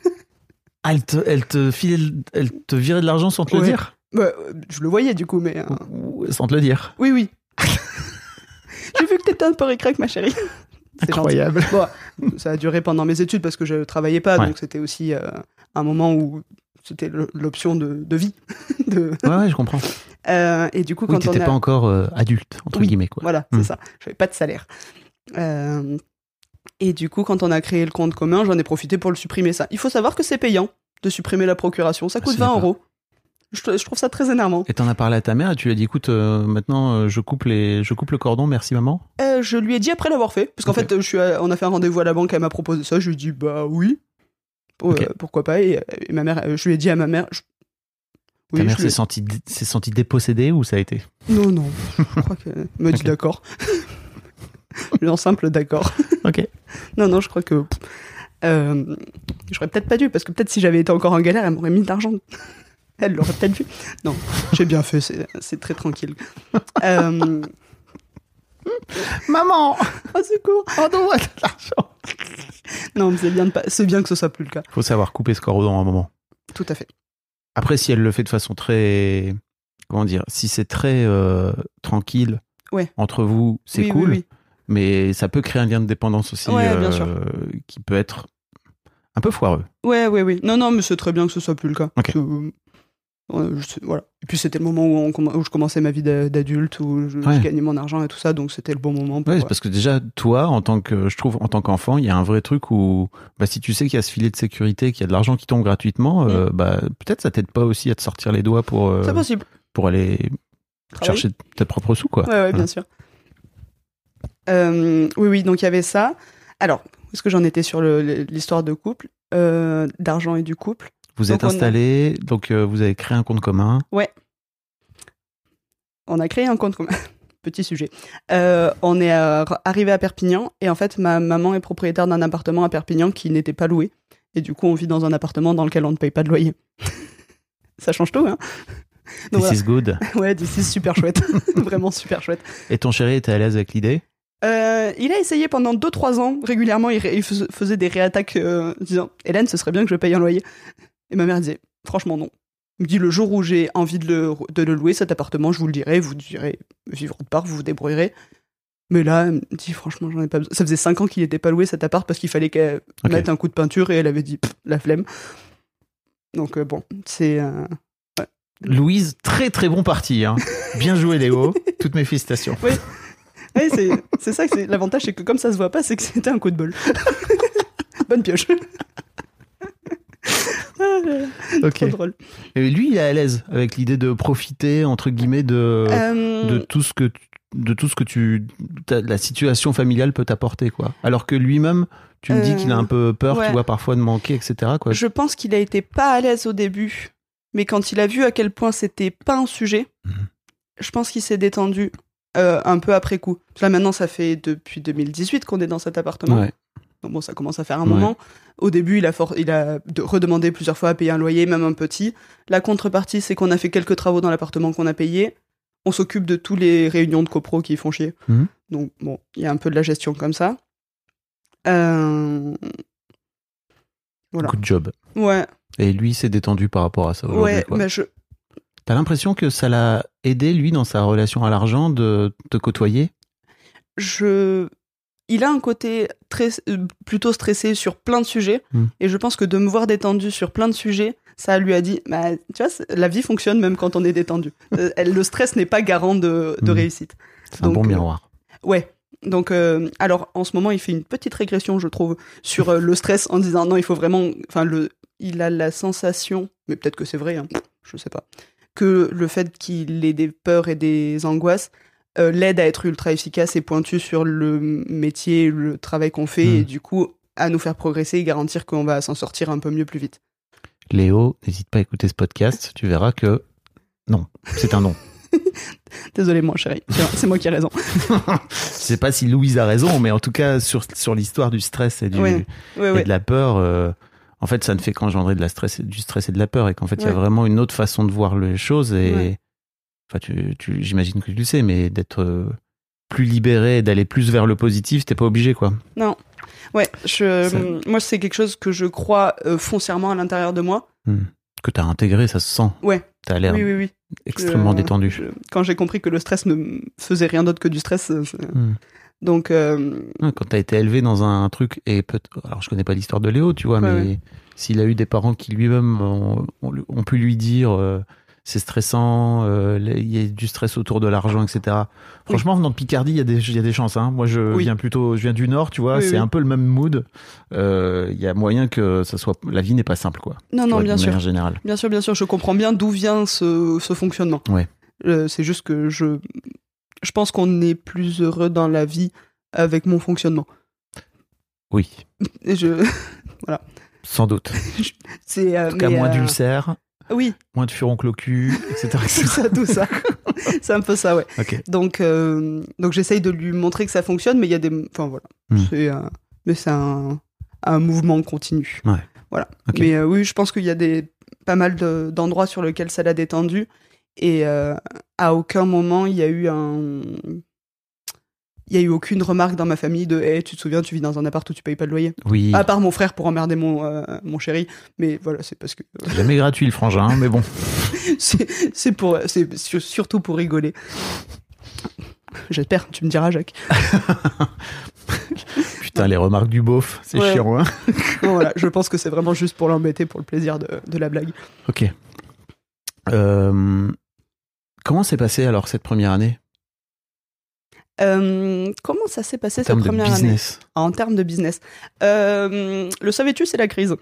Ah, Elle te, elle te filait, elle te virait de l'argent sans te le Ouais. dire Bah, euh, je le voyais du coup, mais. euh, Ou- Sans te le dire. Oui, oui. J'ai vu que t'étais un peu récrac, ma chérie. C'est gentil. Incroyable. Bon, ça a duré pendant mes études parce que je travaillais pas, Ouais. donc c'était aussi euh, un moment où c'était le- l'option de, de vie. de, Ouais, ouais, je comprends. Euh, et du coup, Oui, quand on t'étais a... pas encore euh, adulte, entre Oui, guillemets, quoi. Voilà, Mm. c'est ça. J'avais pas de salaire. Euh, et du coup, quand on a créé le compte commun, j'en ai profité pour le supprimer. Ça, il faut savoir que c'est payant de supprimer la procuration. Ça Ah, coûte c'est 20 d'accord. euros. Je, je trouve ça très énervant. Et t'en as parlé à ta mère et tu lui as dit, écoute, euh, maintenant euh, je coupe les, je coupe le cordon, merci maman. Euh, je lui ai dit après l'avoir fait, parce qu'en Ok. fait, euh, je suis à- on a fait un rendez-vous à la banque, elle m'a proposé ça, je lui ai dit bah oui, Pour- Ok. euh, pourquoi pas, et, et ma mère, euh, je lui ai dit à ma mère, je- ta Oui, mère je lui s'est ai- sentie, dé- s'est sentie dépossédée ou ça a été non non, je crois qu'elle m'a dit Ok. d'accord, en simple d'accord, Ok. non non, je crois que pff, euh, j'aurais peut-être pas dû, parce que peut-être si j'avais été encore en galère, elle m'aurait mis de l'argent, elle l'aurait peut-être vu, non, j'ai bien fait, c'est c'est très tranquille. euh, Maman, au secours, donne-moi de l'argent. non mais c'est bien de pas- c'est bien que ce soit plus le cas, Faut savoir couper ce cordon à un moment. tout à fait, Après, si elle le fait de façon très, comment dire, si c'est très euh, tranquille Ouais. entre vous, c'est Oui, oui, cool. oui. Mais ça peut créer un lien de dépendance aussi, euh, Ouais, bien sûr. qui peut être un peu foireux. Ouais, ouais, oui. Non, non, mais c'est très bien que ce soit plus le cas. Ok. C'est- Euh, je sais- voilà. Et puis c'était le moment où, on comm- où je commençais ma vie d'a- d'adulte, où je, je Ouais. gagnais mon argent et tout ça, donc c'était le bon moment. Pour, euh, Ouais, c'est parce que déjà, toi, en tant que, je trouve, en tant qu'enfant, il y a un vrai truc où, bah, si tu sais qu'il y a ce filet de sécurité, qu'il y a de l'argent qui tombe Mm. gratuitement, euh, bah, peut-être ça t'aide pas aussi à te sortir les doigts pour, euh, C'est possible. pour aller Travailler. chercher tes propres sous, quoi. Ah Mm. Ouais, ouais, bien Voilà. sûr. Euh, oui, oui, donc il y avait ça. Alors, où est-ce que j'en étais sur le- le- l'histoire de couple, euh, d'argent et du couple Vous Donc, êtes on a- installé, donc euh, vous avez créé un compte commun. On a créé un compte commun. Petit sujet. Euh, on est euh, arrivé à Perpignan et en fait, ma maman est propriétaire d'un appartement à Perpignan qui n'était pas loué. Et du coup, on vit dans un appartement dans lequel on ne paye pas de loyer. ça change tout, hein This Donc, voilà. is good. Ouais, d'ici, super chouette. Vraiment super chouette. Et ton chéri était à l'aise avec l'idée Euh, il a essayé pendant 2-3 ans, régulièrement, il, ré- il fais- faisait des réattaques euh, disant Hélène, ce serait bien que je paye un loyer. Et ma mère disait Franchement, non. Il me dit Le jour où j'ai envie de le, de le louer, cet appartement, je vous le dirai, vous direz vivre de part, vous vous débrouillerez. Mais là, elle me dit Franchement, j'en ai pas besoin. Ça faisait 5 ans qu'il n'était pas loué cet appart parce qu'il fallait qu'elle Ok. mette un coup de peinture et elle avait dit Pff, La flemme. Donc euh, bon, c'est. euh, Louise, très très bon parti. Hein. Bien joué, Léo. Toutes mes félicitations. Ouais, c'est, c'est ça que c'est. L'avantage, c'est que comme ça se voit pas, c'est que c'était un coup de bol. Bonne pioche. Ah là là, Ok. Trop drôle. Et lui, il est à l'aise avec l'idée de profiter entre guillemets de, Euh, de tout ce que tu- de tout ce que tu ta- la situation familiale peut t'apporter quoi. Alors que lui-même, tu me dis Euh, qu'il a un peu peur, ouais. tu vois, parfois de manquer, etc. Quoi. Je pense qu'il a été pas à l'aise au début, mais quand il a vu à quel point c'était pas un sujet, Mhm. je pense qu'il s'est détendu euh, un peu après coup. Là maintenant, ça fait depuis 2018 qu'on est dans cet appartement. Ouais. Donc bon, ça commence à faire un Ouais. moment. Au début, il a, for- il a de- redemandé plusieurs fois à payer un loyer, même un petit. La contrepartie, c'est qu'on a fait quelques travaux dans l'appartement qu'on a payé. On s'occupe de tous les réunions de copro qui font chier. Mhm. Donc bon, il y a un peu de la gestion comme ça. Euh, voilà. Good job. Ouais, Et lui, il s'est détendu par rapport à ça. aujourd'hui, ouais, quoi. mais je, T'as l'impression que ça l'a aidé lui dans sa relation à l'argent de te côtoyer. je il a un côté très euh, plutôt stressé sur plein de sujets Mm. et je pense que de me voir détendu sur plein de sujets ça lui a dit bah tu vois c'est- la vie fonctionne même quand on est détendu Euh, elle- le stress n'est pas garant de, de Mm. réussite C'est un Donc, bon euh, miroir. ouais donc euh, alors en ce moment il fait une petite régression je trouve sur euh, le stress en disant non il faut vraiment enfin le il a la sensation mais peut-être que c'est vrai hein, je sais pas que le fait qu'il ait des peurs et des angoisses euh, l'aide à être ultra efficace et pointu sur le métier, le travail qu'on fait, Mm. et du coup à nous faire progresser et garantir qu'on va s'en sortir un peu mieux plus vite. Léo, n'hésite pas à écouter ce podcast. Tu verras que non, c'est un non. Désolé, moi, chérie, C'est- c'est moi qui ai raison. Je sais pas si Louise a raison, mais en tout cas sur sur l'histoire du stress et du Ouais, Ouais, et ouais. de la peur. euh, en fait, ça ne fait qu'engendrer de la stress, du stress et de la peur, et qu'en fait, il y a Ouais. vraiment une autre façon de voir les choses. Et Ouais. enfin, tu, tu- j'imagine que tu le sais, mais d'être euh, plus libéré, et d'aller plus vers le positif, t'es pas obligé, quoi. Ouais, je, Ça- moi, c'est quelque chose que je crois euh, foncièrement à l'intérieur de moi. Que t'as intégré, ça se sent. Ouais. T'as l'air Oui, oui, oui. extrêmement Euh, détendu. je- quand j'ai compris que le stress ne me faisait rien d'autre que du stress. euh, c'est- Hmm. Donc, euh, Ouais, Quand t'as été élevé dans un truc, et peut alors je connais pas l'histoire de Léo, tu vois, Ouais, mais s'il a eu des parents qui lui-même ont, ont lu- ont pu lui dire euh, c'est stressant, euh, les- il y a du stress autour de l'argent, etc. Franchement, venant de Picardie, il y, a des- il y a des chances. Hein. Moi, je Oui. viens plutôt, je viens du Nord, tu vois, Oui, c'est oui. un peu le même mood. Euh, Il y a moyen que ça soit. La vie n'est pas simple, quoi. non, tu non, vois, bien d'une sûr. manière générale. Bien sûr, bien sûr, je comprends bien d'où vient ce, ce fonctionnement. Ouais. Euh, c'est juste que je, je pense qu'on est plus heureux dans la vie avec mon fonctionnement. Oui, Et je, sans doute. c'est, euh, En tout cas, mais, moins euh, d'ulcères, Oui, moins de furoncles au cul, etc. tout ça, tout ça. c'est un peu ça, ouais. Ok. Donc, euh, donc j'essaye de lui montrer que ça fonctionne, mais il y a des. Enfin, voilà. Hmm. C'est un, mais c'est un, un mouvement continu. Ouais. Voilà. Ok. Mais euh, oui, je pense qu'il y a des, pas mal de- d'endroits sur lesquels ça l'a détendu. Et euh, à aucun moment, il y a eu un. Il y a eu aucune remarque dans ma famille de Hey, tu te souviens, tu vis dans un appart où tu payes pas de loyer. Oui, À part mon frère pour emmerder mon, euh, mon chéri. Mais voilà, c'est parce que. euh, c'est jamais gratuit le frangin, hein, mais bon. C'est c'est pour, c'est sur- surtout pour rigoler. J'espère, tu me diras, Jacques. Putain, les remarques du beauf, c'est Ouais. chiant, hein Non, voilà, je pense que c'est vraiment juste pour l'embêter, pour le plaisir de, de la blague. Ok. Euh, comment s'est passée alors cette première année Euh, comment ça s'est passé en cette termes de première année business Ah, En termes de business. Euh, le savais-tu, c'est la crise.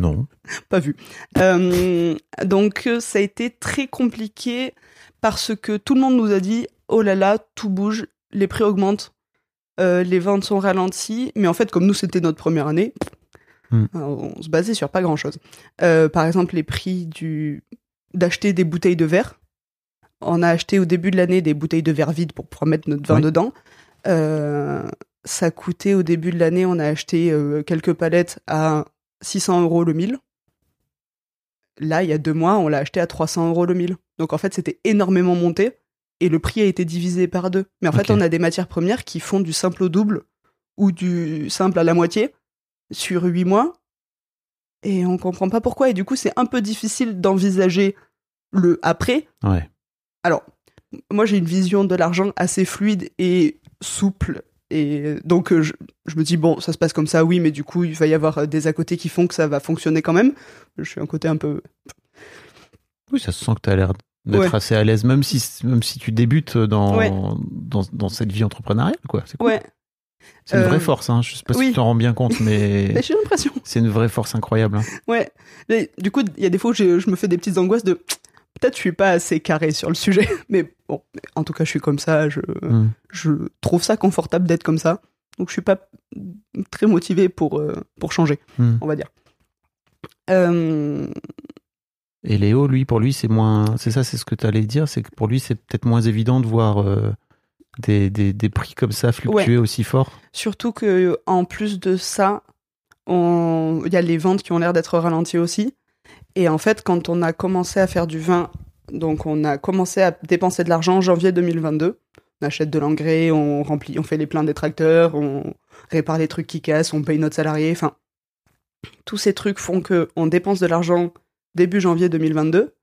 Non. Pas vu. Euh, donc, euh, ça a été très compliqué parce que tout le monde nous a dit oh là là, tout bouge, les prix augmentent, euh, les ventes sont ralenties. Mais en fait, comme nous, c'était notre première année, euh, Hmm. on se basait sur pas grand chose. Euh, par exemple, les prix du d'acheter des bouteilles de verre. On a acheté au début de l'année des bouteilles de verre vides pour pouvoir mettre notre vin Oui. dedans. Euh, ça coûtait au début de l'année, on a acheté euh, quelques palettes à 600 euros le mille. Là, il y a deux mois, on l'a acheté à 300 euros le mille. Donc en fait, c'était énormément monté et le prix a été divisé par deux. Mais en fait, Ok. on a des matières premières qui font du simple au double ou du simple à la moitié sur huit mois et on comprend pas pourquoi. Et du coup, c'est un peu difficile d'envisager le après. Ouais. Alors, moi, j'ai une vision de l'argent assez fluide et souple. Et donc, euh, je, je me dis, bon, ça se passe comme ça, oui, mais du coup, il va y avoir euh, des à côté qui font que ça va fonctionner quand même. Je suis un côté un peu. Oui, ça se sent que tu as l'air d'être Ouais. assez à l'aise, même si, même si tu débutes dans, Ouais. dans, dans cette vie entrepreneuriale. quoi. C'est cool. Ouais, C'est une Euh, vraie force. Hein. Je sais pas si oui. tu t'en rends bien compte, mais mais j'ai l'impression. c'est une vraie force incroyable. hein. Ouais. Mais du coup, il y a des fois où j'ai- je me fais des petites angoisses de. Peut-être je suis pas assez carré sur le sujet, mais bon, en tout cas, je suis comme ça. Je, Hmm. je trouve ça confortable d'être comme ça. Donc je suis pas très motivée pour, euh, pour changer, Hmm. on va dire. Euh, Et Léo, lui, pour lui, c'est moins. C'est ça, c'est ce que tu allais dire. C'est que pour lui, c'est peut-être moins évident de voir euh, des, des, des prix comme ça fluctuer aussi fort. surtout que en plus de ça, on- il y a les ventes qui ont l'air d'être ralenties aussi. Et en fait, quand on a commencé à faire du vin, donc on a commencé à dépenser de l'argent en janvier 2022. On achète de l'engrais, on remplit, on fait les pleins des tracteurs, on répare les trucs qui cassent, on paye notre salarié. Enfin, tous ces trucs font que on dépense de l'argent début janvier 2022.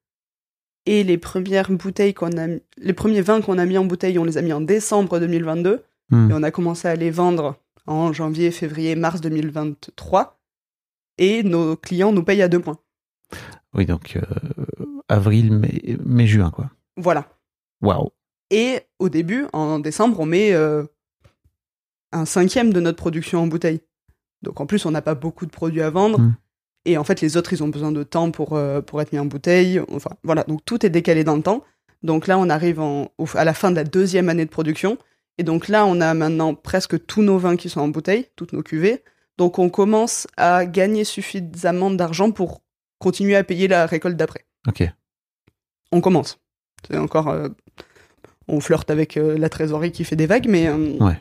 Et les premières bouteilles qu'on a, les premiers vins qu'on a mis en bouteille, on les a mis en décembre 2022. Hmm. Et on a commencé à les vendre en janvier, février, mars 2023. Et nos clients nous payent à deux points. Oui, donc euh, avril, mai, mai, juin, quoi. Voilà. Waouh. Et au début, en décembre, on met euh, un cinquième de notre production en bouteille. Donc en plus, on n'a pas beaucoup de produits à vendre. Mm. Et en fait, les autres, ils ont besoin de temps pour, euh, pour être mis en bouteille. Enfin, voilà. Donc tout est décalé dans le temps. Donc là, on arrive en- au- à la fin de la deuxième année de production. Et donc là, on a maintenant presque tous nos vins qui sont en bouteille, toutes nos cuvées. Donc on commence à gagner suffisamment d'argent pour continuer à payer la récolte d'après Ok. on commence. C'est encore. euh, on flirte avec euh, la trésorerie qui fait des vagues, mais. euh, Ouais.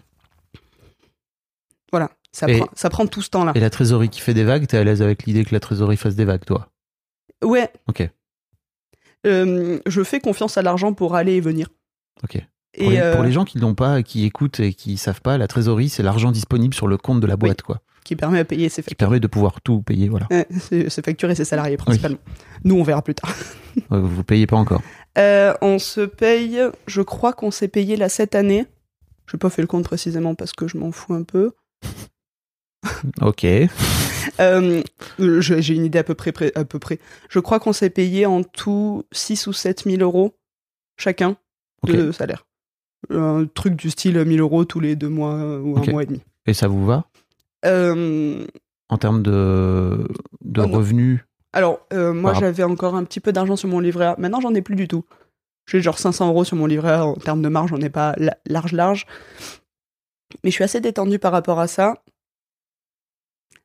Voilà, ça, Et- prend, ça prend tout ce temps-là. Et la trésorerie qui fait des vagues, t'es à l'aise avec l'idée que la trésorerie fasse des vagues, toi Ouais. Ok. Euh, je fais confiance à l'argent pour aller et venir. Ok. Et, Pour, les, euh, pour les gens qui l'ont pas, qui écoutent et qui savent pas, la trésorerie, c'est l'argent disponible sur le compte de la boîte, quoi, qui permet à payer ses qui factures. permet de pouvoir tout payer. Voilà. Euh, ses ses factures et ses salariés principalement. Nous, on verra plus tard. Ouais, Vous payez pas encore. Euh, on se paye, je crois qu'on s'est payé là cette année. Je n'ai pas fait le compte précisément parce que je m'en fous un peu. Ok. Euh, je- J'ai une idée à peu près, près- à peu près. Je crois qu'on s'est payé en tout 6 ou 7 000 euros chacun Ok. de salaire. Un truc du style 1000 euros tous les deux mois euh, ou Ok. un mois et demi. Et ça vous va Euh, en termes de, de Oh non. revenus alors, euh, moi, Par- j'avais encore un petit peu d'argent sur mon livret A. Maintenant, j'en ai plus du tout. J'ai genre 500 euros sur mon livret A. En termes de marge, on n'est pas la- large, large. Mais je suis assez détendue par rapport à ça.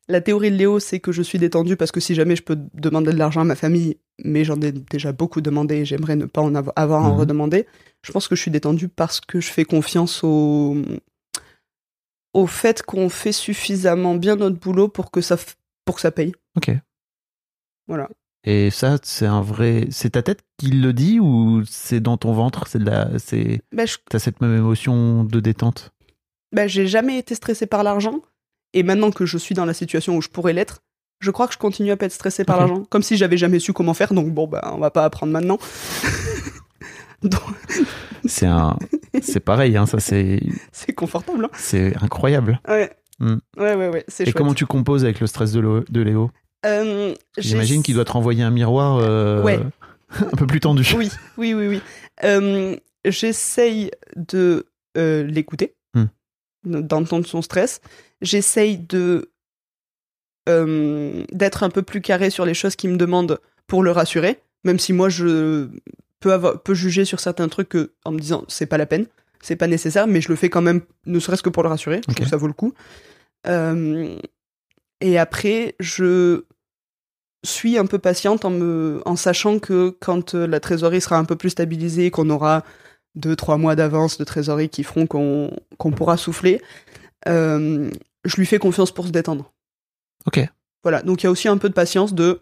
La théorie de Léo, c'est que je suis détendue parce que si jamais je peux demander de l'argent à ma famille, mais j'en ai déjà beaucoup demandé et j'aimerais ne pas en avo- avoir à en Mhm. redemander, je pense que je suis détendue parce que je fais confiance au, au fait qu'on fait suffisamment bien notre boulot pour que ça, f- pour que ça paye. Et ça, c'est un vrai. C'est ta tête qui le dit ou c'est dans ton ventre C'est de la. C'est. Ben, je T'as cette même émotion de détente. bah, j'ai jamais été stressée par l'argent. Et maintenant que je suis dans la situation où je pourrais l'être, je crois que je continue à pas être stressée par Ok. l'argent. Comme si j'avais jamais su comment faire, donc bon, bah, on va pas apprendre maintenant. Donc, C'est un. c'est pareil. Hein, ça, c'est. c'est confortable. hein. C'est incroyable. Ouais. Hmm. ouais, ouais, ouais, c'est Et chouette. comment tu composes avec le stress de, Lo- de Léo Euh, j'ai- J'imagine qu'il doit te renvoyer un miroir. euh, Ouais. un peu plus tendu. Oui, oui, oui, oui. Euh, J'essaye de euh, l'écouter, Hmm. d'entendre son stress. J'essaye de euh, d'être un peu plus carré sur les choses qu'il me demande pour le rassurer, même si moi je peux, avoir, peux juger sur certains trucs que- en me disant c'est pas la peine, c'est pas nécessaire, mais je le fais quand même, ne serait-ce que pour le rassurer. Je Ok. trouve que ça vaut le coup. Euh, et après, je suis un peu patiente en, me, en sachant que quand euh, la trésorerie sera un peu plus stabilisée, qu'on aura deux, trois mois d'avance de trésorerie qui feront qu'on qu'on pourra souffler, euh, je lui fais confiance pour se détendre. Ok. Voilà, donc il y a aussi un peu de patience de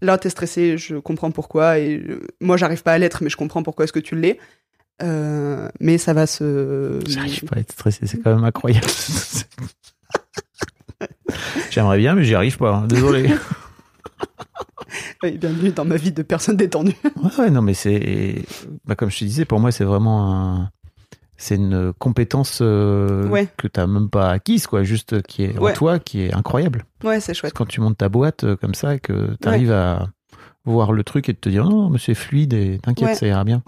là, t'es stressé, je comprends pourquoi, et euh, moi, j'arrive pas à l'être, mais je comprends pourquoi est-ce que tu l'es. Euh, mais ça va se. J'arrive pas à être stressé, c'est quand même incroyable. J'aimerais bien, mais j'y arrive pas. hein. Désolé. Oui, Bienvenue dans ma vie de personne détendue. Ouais, ouais, non, mais c'est. bah, comme je te disais, pour moi, c'est vraiment un. C'est une compétence euh, Ouais. que tu même pas acquise, quoi, juste euh, qui est en Ouais. toi, qui est incroyable. Ouais, c'est chouette. Quand tu montes ta boîte euh, comme ça et que tu arrives à voir le truc et de te dire non, non, mais c'est fluide et t'inquiète, Ouais. ça ira bien.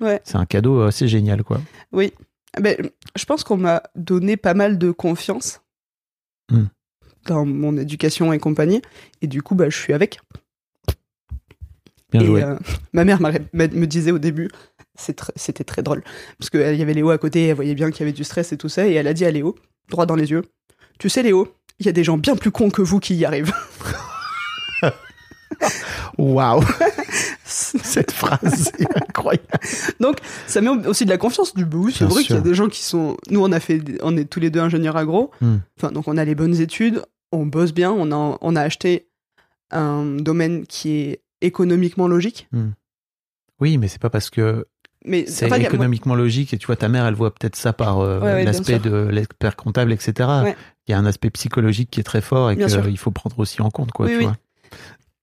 Ouais. C'est un cadeau assez génial, quoi. Ben, je pense qu'on m'a donné pas mal de confiance Hmm. dans mon éducation et compagnie. Et du coup, bah, je suis avec. Bien et joué. euh, ma mère m'a- m'a- me disait au début, c'est tr- c'était très drôle, parce qu'il y avait Léo à côté, elle voyait bien qu'il y avait du stress et tout ça, et elle a dit à Léo, droit dans les yeux, tu sais Léo, il y a des gens bien plus cons que vous qui y arrivent. Waouh, cette phrase est incroyable. ça met aussi de la confiance du bout. C'est Bien vrai qu'il y a sûr. des gens qui sont. Nous, on a fait, on est tous les deux ingénieurs agro. Hmm. Enfin, donc on a les bonnes études, on bosse bien, on a, on a acheté un domaine qui est économiquement logique. Oui, mais c'est pas parce que Mais c'est enfin, il y a- économiquement logique et tu vois, ta mère, elle voit peut-être ça par euh, Ouais, ouais, bien l'aspect sûr. de l'expert comptable, etc. Ouais. Il y a un aspect psychologique qui est très fort et Bien sûr. qu'il faut prendre aussi en compte, quoi, Oui, tu oui. vois.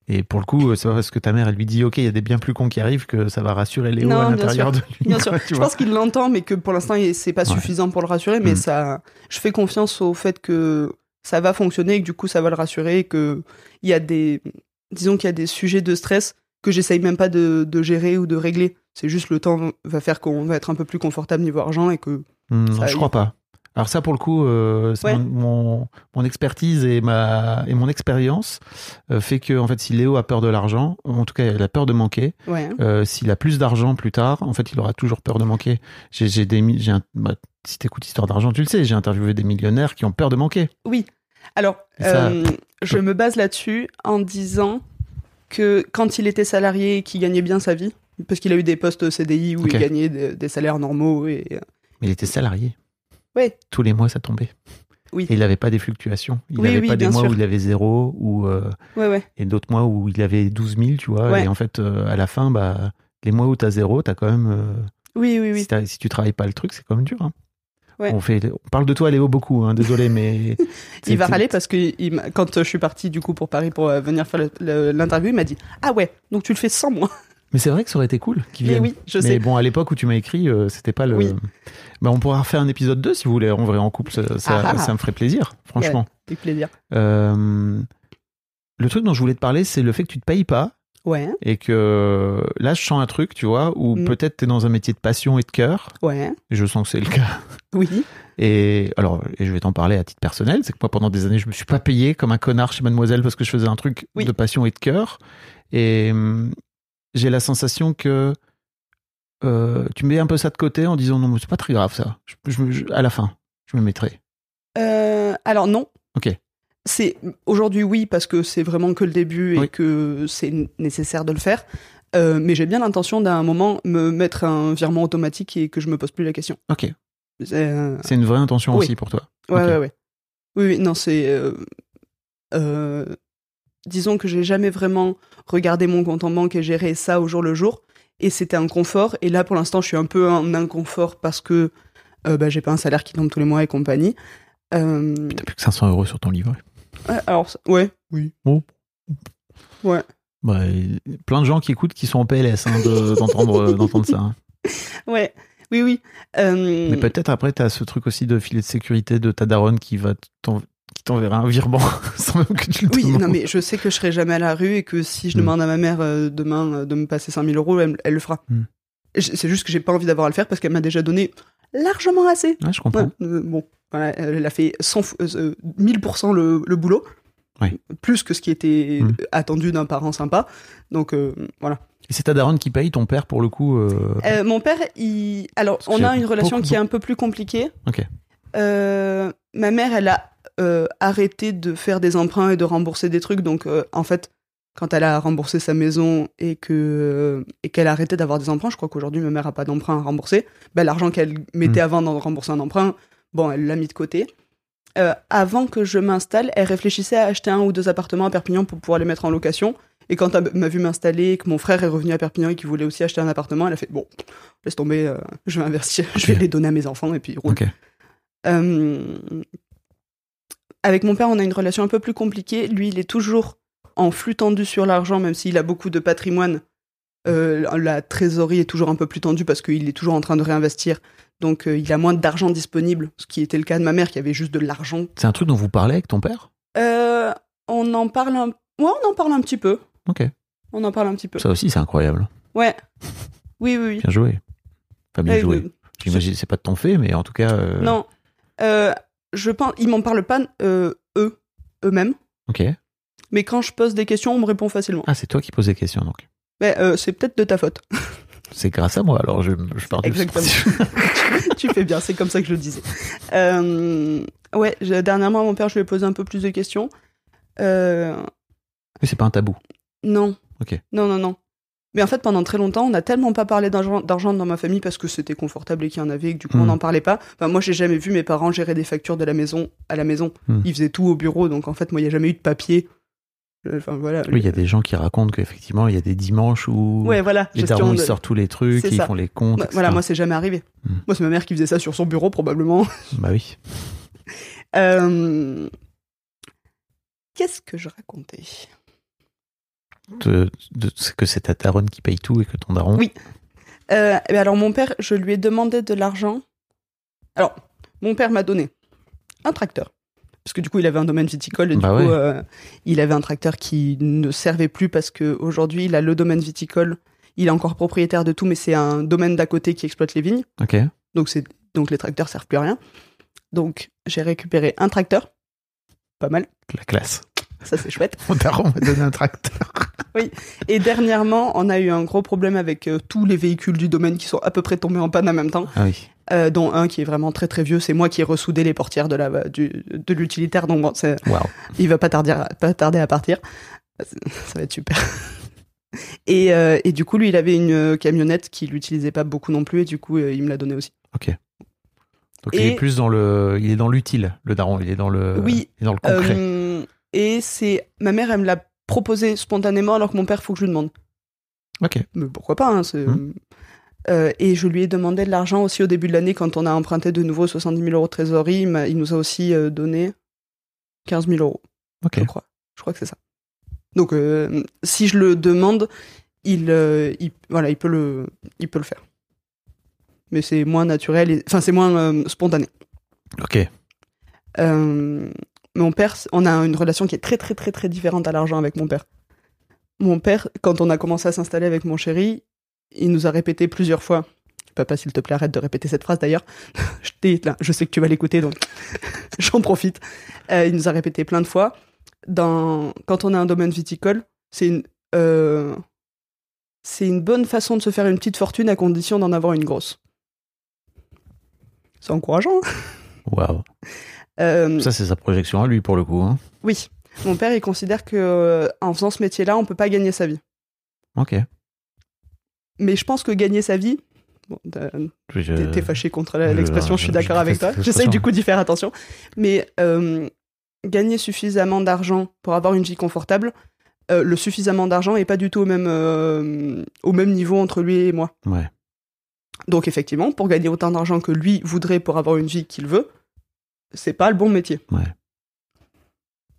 Et pour le coup, euh, c'est pas parce que ta mère, elle lui dit, OK, il y a des biens plus cons qui arrivent que ça va rassurer Léo Non, à bien l'intérieur de lui. Bien quoi, sûr, tu je vois. pense qu'il l'entend, mais que pour l'instant, il- c'est pas Ouais. suffisant pour le rassurer. Mais Mm. ça, je fais confiance au fait que ça va fonctionner et que du coup, ça va le rassurer. Et que il y a des, disons qu'il y a des sujets de stress que j'essaye même pas de, de gérer ou de régler. C'est juste le temps va faire qu'on va être un peu plus confortable niveau argent et que. Hmm, non, Ça, je il- crois pas. Alors ça, pour le coup, euh, c'est Ouais. mon, mon, mon expertise et ma et mon expérience euh, fait que en fait, si Léo a peur de l'argent, en tout cas, il a peur de manquer, Ouais. Euh, s'il a plus d'argent plus tard, en fait, il aura toujours peur de manquer. J'ai, j'ai des, mi- j'ai un- bah, si t'écoutes Histoire d'argent, tu le sais, j'ai interviewé des millionnaires qui ont peur de manquer. Oui. Alors, Et ça- euh, je me base là-dessus en disant que quand il était salarié et qu'il gagnait bien sa vie, parce qu'il a eu des postes CDI où Ok. il gagnait des, des salaires normaux et euh, Mais il était salarié. Oui. Tous les mois, ça tombait. Oui. Et il n'avait pas des fluctuations. Il Oui, n'avait oui, pas des bien mois sûr. où il avait zéro ou, euh, ouais ouais. et d'autres mois où il avait 12 000, tu vois. Ouais. Et en fait, euh, à la fin, bah, les mois où t'as zéro, t'as quand même. euh, Oui oui oui. si, t'as- si tu travailles pas le truc, c'est quand même dur. hein. Ouais. On, fait, on parle de toi, Léo, beaucoup. hein, désolé, mais. Il va c'est- râler parce que il m'a- quand euh, je suis partie du coup pour Paris pour euh, venir faire le- le- l'interview, il m'a dit Ah ouais, donc tu le fais sans moi. Mais c'est vrai que ça aurait été cool qu'il Mais vienne. oui, je Mais sais. bon, à l'époque où tu m'as écrit, euh, c'était pas le. Oui. Bah, on pourra refaire un épisode 2 si vous voulez, en vrai, en couple, ça, ça, Ah ah. ça me ferait plaisir, franchement. Avec plaisir. Euh, le truc dont je voulais te parler, c'est le fait que tu te payes pas Ouais, et que euh, là, je sens un truc, tu vois, où Mm. peut-être t'es dans un métier de passion et de cœur. ouais, Et Je sens que c'est le cas. oui. Et alors, et je vais t'en parler à titre personnel, c'est que moi, pendant des années, je me suis pas payé comme un connard chez Mademoiselle parce que je faisais un truc Oui. de passion et de cœur. Et hum, j'ai la sensation que euh, tu mets un peu ça de côté en disant non, mais c'est pas très grave ça. Je- je- je- à la fin, je me mettrai. Euh, alors non. Ok. C'est aujourd'hui oui parce que c'est vraiment que le début et Oui. que c'est n- nécessaire de le faire. Euh, mais j'ai bien l'intention d'un moment me mettre un virement automatique et que je me pose plus la question. Ok. Euh, C'est une vraie intention Oui. aussi pour toi. Ouais, Ok. ouais, ouais. Oui, oui, non, c'est. euh, euh, disons que j'ai jamais vraiment regardé mon compte en banque et géré ça au jour le jour. Et c'était un confort. Et là, pour l'instant, je suis un peu en inconfort parce que euh, bah, j'ai pas un salaire qui tombe tous les mois et compagnie. Euh, T'as plus que 500 euros sur ton livret. ouais, alors, ça- ouais, oui. Bah, et- plein de gens qui écoutent qui sont en PLS hein, de- d'entendre d'entendre ça. hein. Ouais, oui, oui. Euh, Mais peut-être après, t'as ce truc aussi de filet de sécurité de ta daronne qui va t'en- qui t'enverra un virement sans même que tu le Oui, demandes. non, mais je sais que je serai jamais à la rue et que si je Mm. demande à ma mère euh, demain euh, de me passer 5000 euros, elle, elle le fera. Mm. Je- C'est juste que j'ai pas envie d'avoir à le faire parce qu'elle m'a déjà donné largement assez. Ouais, je Ouais, comprends. euh, bon, voilà, elle a fait 100, f- euh, 1000% le, le boulot, Ouais. plus que ce qui était Mm. attendu d'un parent sympa. Donc euh, voilà. Et c'est ta daronne qui paye ton père pour le coup. euh, Euh, mon père, il... alors Parce que on a j'ai une relation beaucoup- qui est un peu plus compliquée. Ok. Euh, ma mère, elle a euh, arrêté de faire des emprunts et de rembourser des trucs. Donc euh, en fait, quand elle a remboursé sa maison et que euh, et qu'elle a arrêté d'avoir des emprunts, je crois qu'aujourd'hui ma mère a pas d'emprunt à rembourser. Ben, l'argent qu'elle Mmh. mettait avant d'en rembourser un emprunt, bon, elle l'a mis de côté. Euh, avant que je m'installe, elle réfléchissait à acheter un ou deux appartements à Perpignan pour pouvoir les mettre en location. Et quand elle m'a vu m'installer, et que mon frère est revenu à Perpignan et qu'il voulait aussi acheter un appartement, elle a fait bon, laisse tomber, euh, je vais investir, je vais Ok. les donner à mes enfants et puis roule. Ok. Euh, avec mon père, on a une relation un peu plus compliquée. Lui, il est toujours en flux tendu sur l'argent, même s'il a beaucoup de patrimoine. Euh, la trésorerie est toujours un peu plus tendue parce qu'il est toujours en train de réinvestir. Donc, euh, il a moins d'argent disponible, ce qui était le cas de ma mère qui avait juste de l'argent. C'est un truc dont vous parlez avec ton père Euh, on en parle un... Ouais, on en parle un petit peu. Ok. On en parle un petit peu. Ça aussi, c'est incroyable. Ouais. Oui, oui, oui. Bien joué. Enfin, bien Ouais, joué. oui. J'imagine c'est pas de ton fait, mais en tout cas. euh, Euh, Non. Euh, je pense, ils m'en parlent pas euh, eux, eux-mêmes. Ok. Mais quand je pose des questions, on me répond facilement. Ah, c'est toi qui poses des questions donc. Mais euh, c'est peut-être de ta faute. C'est grâce à moi alors je, je pars du Exactement. tu fais bien, c'est comme ça que je le disais. Euh, ouais, je- dernièrement, à mon père, je lui ai posé un peu plus de questions. Euh, Mais c'est pas un tabou. non. Ok. Non, non, non. Mais en fait, pendant très longtemps, on n'a tellement pas parlé d'argent d'argent dans ma famille parce que c'était confortable et qu'il y en avait et que du coup, on Hmm. n'en parlait pas. Enfin, moi, j'ai jamais vu mes parents gérer des factures de la maison à la maison. Hmm. Ils faisaient tout au bureau, donc en fait, moi, il n'y a jamais eu de papier. Euh, Enfin, voilà. Oui, il y a des gens qui racontent qu'effectivement, il y a des dimanches où Ouais, voilà. les gestion darons ils de- sortent tous les trucs, C'est ils ça. font les comptes. Moi- etc. Voilà, moi, c'est jamais arrivé. Hmm. Moi, c'est ma mère qui faisait ça sur son bureau, probablement. Bah oui. Euh, Qu'est-ce que je racontais De- de- c'est que c'est ta daronne qui paye tout et que ton daron. Oui. Euh, eh ben Alors, mon père, je lui ai demandé de l'argent. Alors, mon père m'a donné un tracteur. Parce que du coup, il avait un domaine viticole et Bah du coup, ouais. euh, il avait un tracteur qui ne servait plus parce qu'aujourd'hui, il a le domaine viticole. Il est encore propriétaire de tout, mais c'est un domaine d'à côté qui exploite les vignes. Ok. Donc, c'est- donc les tracteurs servent plus à rien. Donc, j'ai récupéré un tracteur. Pas mal, La classe. ça c'est chouette. Mon daron m'a donné un tracteur. Et dernièrement, on a eu un gros problème avec euh, tous les véhicules du domaine qui sont à peu près tombés en panne en même temps, Ah oui. euh, dont un qui est vraiment très très vieux. C'est moi qui ai ressoudé les portières de la euh, du- de l'utilitaire, donc bon, c'est- Waouh. il va pas tarder à, pas tarder à partir. Ça va être super. Et, euh, et du coup, lui, il avait une euh, camionnette qu'il n'utilisait pas beaucoup non plus, et du coup, euh, il me l'a donnée aussi. Donc il Et- est plus dans le, il est dans l'utile, le daron. Il est dans le, Oui. il est dans le concret. Euh, et c'est ma mère, elle me l'a proposé spontanément, alors que mon père, faut que je lui demande. Ok. Mais pourquoi pas hein, c'est- Hmm. Euh, Et je lui ai demandé de l'argent aussi au début de l'année quand on a emprunté de nouveau 70 000 euros de trésorerie. Il, m'a- il nous a aussi euh, donné 15 000 euros, Ok. je crois. Je crois que c'est ça. Donc euh, si je le demande, il, euh, il- voilà, il peut le, il peut le faire. Mais c'est moins naturel, et- enfin c'est moins euh, spontané. Ok. Euh, mon père, on a une relation qui est très très très très différente à l'argent avec mon père. Mon père, quand on a commencé à s'installer avec mon chéri, il nous a répété plusieurs fois. Papa, s'il te plaît, arrête de répéter cette phrase d'ailleurs. je, t'ai- là, je sais que tu vas l'écouter, donc j'en profite. Euh, il nous a répété plein de fois. Dans, quand on a un domaine viticole, c'est une, euh, c'est une bonne façon de se faire une petite fortune à condition d'en avoir une grosse. C'est encourageant. hein Waouh. Euh, Ça c'est sa projection à lui pour le coup. hein. oui, mon père, il considère que euh, en faisant ce métier-là, on peut pas gagner sa vie. Ok. Mais je pense que gagner sa vie, bon, t'as- Je- je- t'es t'es fâché contre la- Euh, je- l'expression, je suis je d'accord avec déteste toi. cette J'essaie expression. du coup d'y faire attention, mais euh, gagner suffisamment d'argent pour avoir une vie confortable, euh, le suffisamment d'argent est pas du tout au même euh, au même niveau entre lui et moi. Ouais. Donc effectivement, pour gagner autant d'argent que lui voudrait pour avoir une vie qu'il veut, c'est pas le bon métier. Ouais.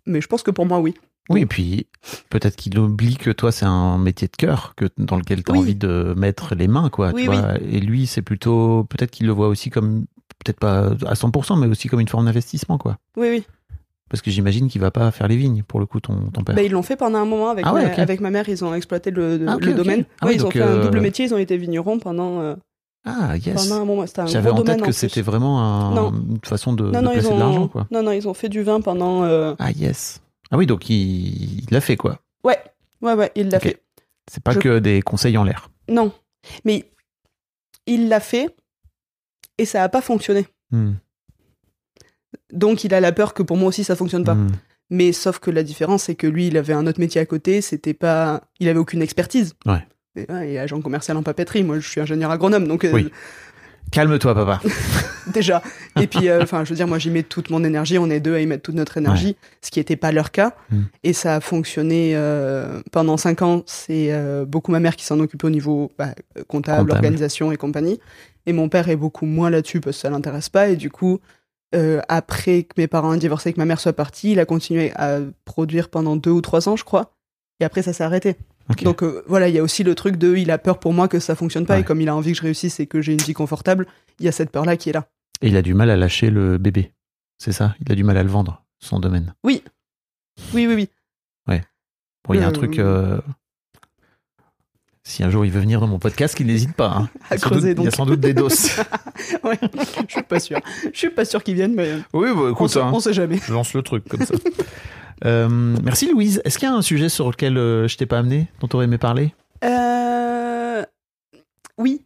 Mais je pense que pour moi, oui. Oui, et puis peut-être qu'il oublie que toi, c'est un métier de cœur que, dans lequel tu as Oui. envie de mettre les mains, quoi. tu Oui, vois. Et lui, c'est plutôt. Peut-être qu'il le voit aussi comme. Peut-être pas à 100%, mais aussi comme une forme d'investissement, quoi. Oui, oui. Parce que j'imagine qu'il va pas faire les vignes, pour le coup, ton, ton père. Bah, ils l'ont fait pendant un moment avec, Ah ouais, ma, ok. avec ma mère. Ils ont exploité le, Ah, ok, le ok. domaine. Ah Ouais, oui, ils ont donc, fait euh, un double métier. Ils ont été vignerons pendant, euh, Ah, yes. pendant un moment. C'était un J'avais gros en tête domaine que en c'était plus. vraiment un- Non. une façon de, Non, de non, placer ils de l'argent, ont, quoi. non, non, ils ont fait du vin pendant. euh, Ah, yes. Ah oui, donc il il l'a fait, quoi. Ouais, ouais, ouais, il l'a Ok. fait. C'est pas Je- que des conseils en l'air. Non, mais il l'a fait et ça a pas fonctionné. Hmm. Donc il a la peur que pour moi aussi ça fonctionne pas. Hmm. Mais sauf que la différence, c'est que lui, il avait un autre métier à côté, c'était pas. Il avait aucune expertise. Ouais. Et, ouais, il est agent commercial en papeterie. Moi, je suis ingénieur agronome, donc euh, Oui. Calme-toi, papa. déjà. Et puis, euh, enfin, je veux dire, moi, j'y mets toute mon énergie. On est deux à y mettre toute notre énergie, ce qui n'était pas leur cas. Mm. Et ça a fonctionné euh, pendant cinq ans. C'est euh, beaucoup ma mère qui s'en occupait au niveau bah, comptable, Comptable. organisation et compagnie. Et mon père est beaucoup moins là-dessus parce que ça l'intéresse pas. Et du coup, euh, après que mes parents aient divorcé, et que ma mère soit partie, il a continué à produire pendant deux ou trois ans, je crois. Et après, ça s'est arrêté. Ok. Donc euh, voilà, il y a aussi le truc de il a peur pour moi que ça fonctionne pas Ouais. et comme il a envie que je réussisse et que j'ai une vie confortable, il y a cette peur là qui est là. Et il a du mal à lâcher le bébé. C'est ça Il a du mal à le vendre, son domaine. Oui, oui, oui. Bon, il y a un Euh, truc. euh, Si un jour il veut venir dans mon podcast, qu'il n'hésite pas. hein. À Il y a sans creuser, doute- Il y a donc. sans doute des doses. Ouais, je suis pas sûr. Je suis pas sûr qu'ils viennent, mais euh, oui, bah, on, sait, on sait jamais. je lance le truc comme ça. Euh, merci Louise. Est-ce qu'il y a un sujet sur lequel euh, je t'ai pas amené, dont tu aurais aimé parler Euh, Oui.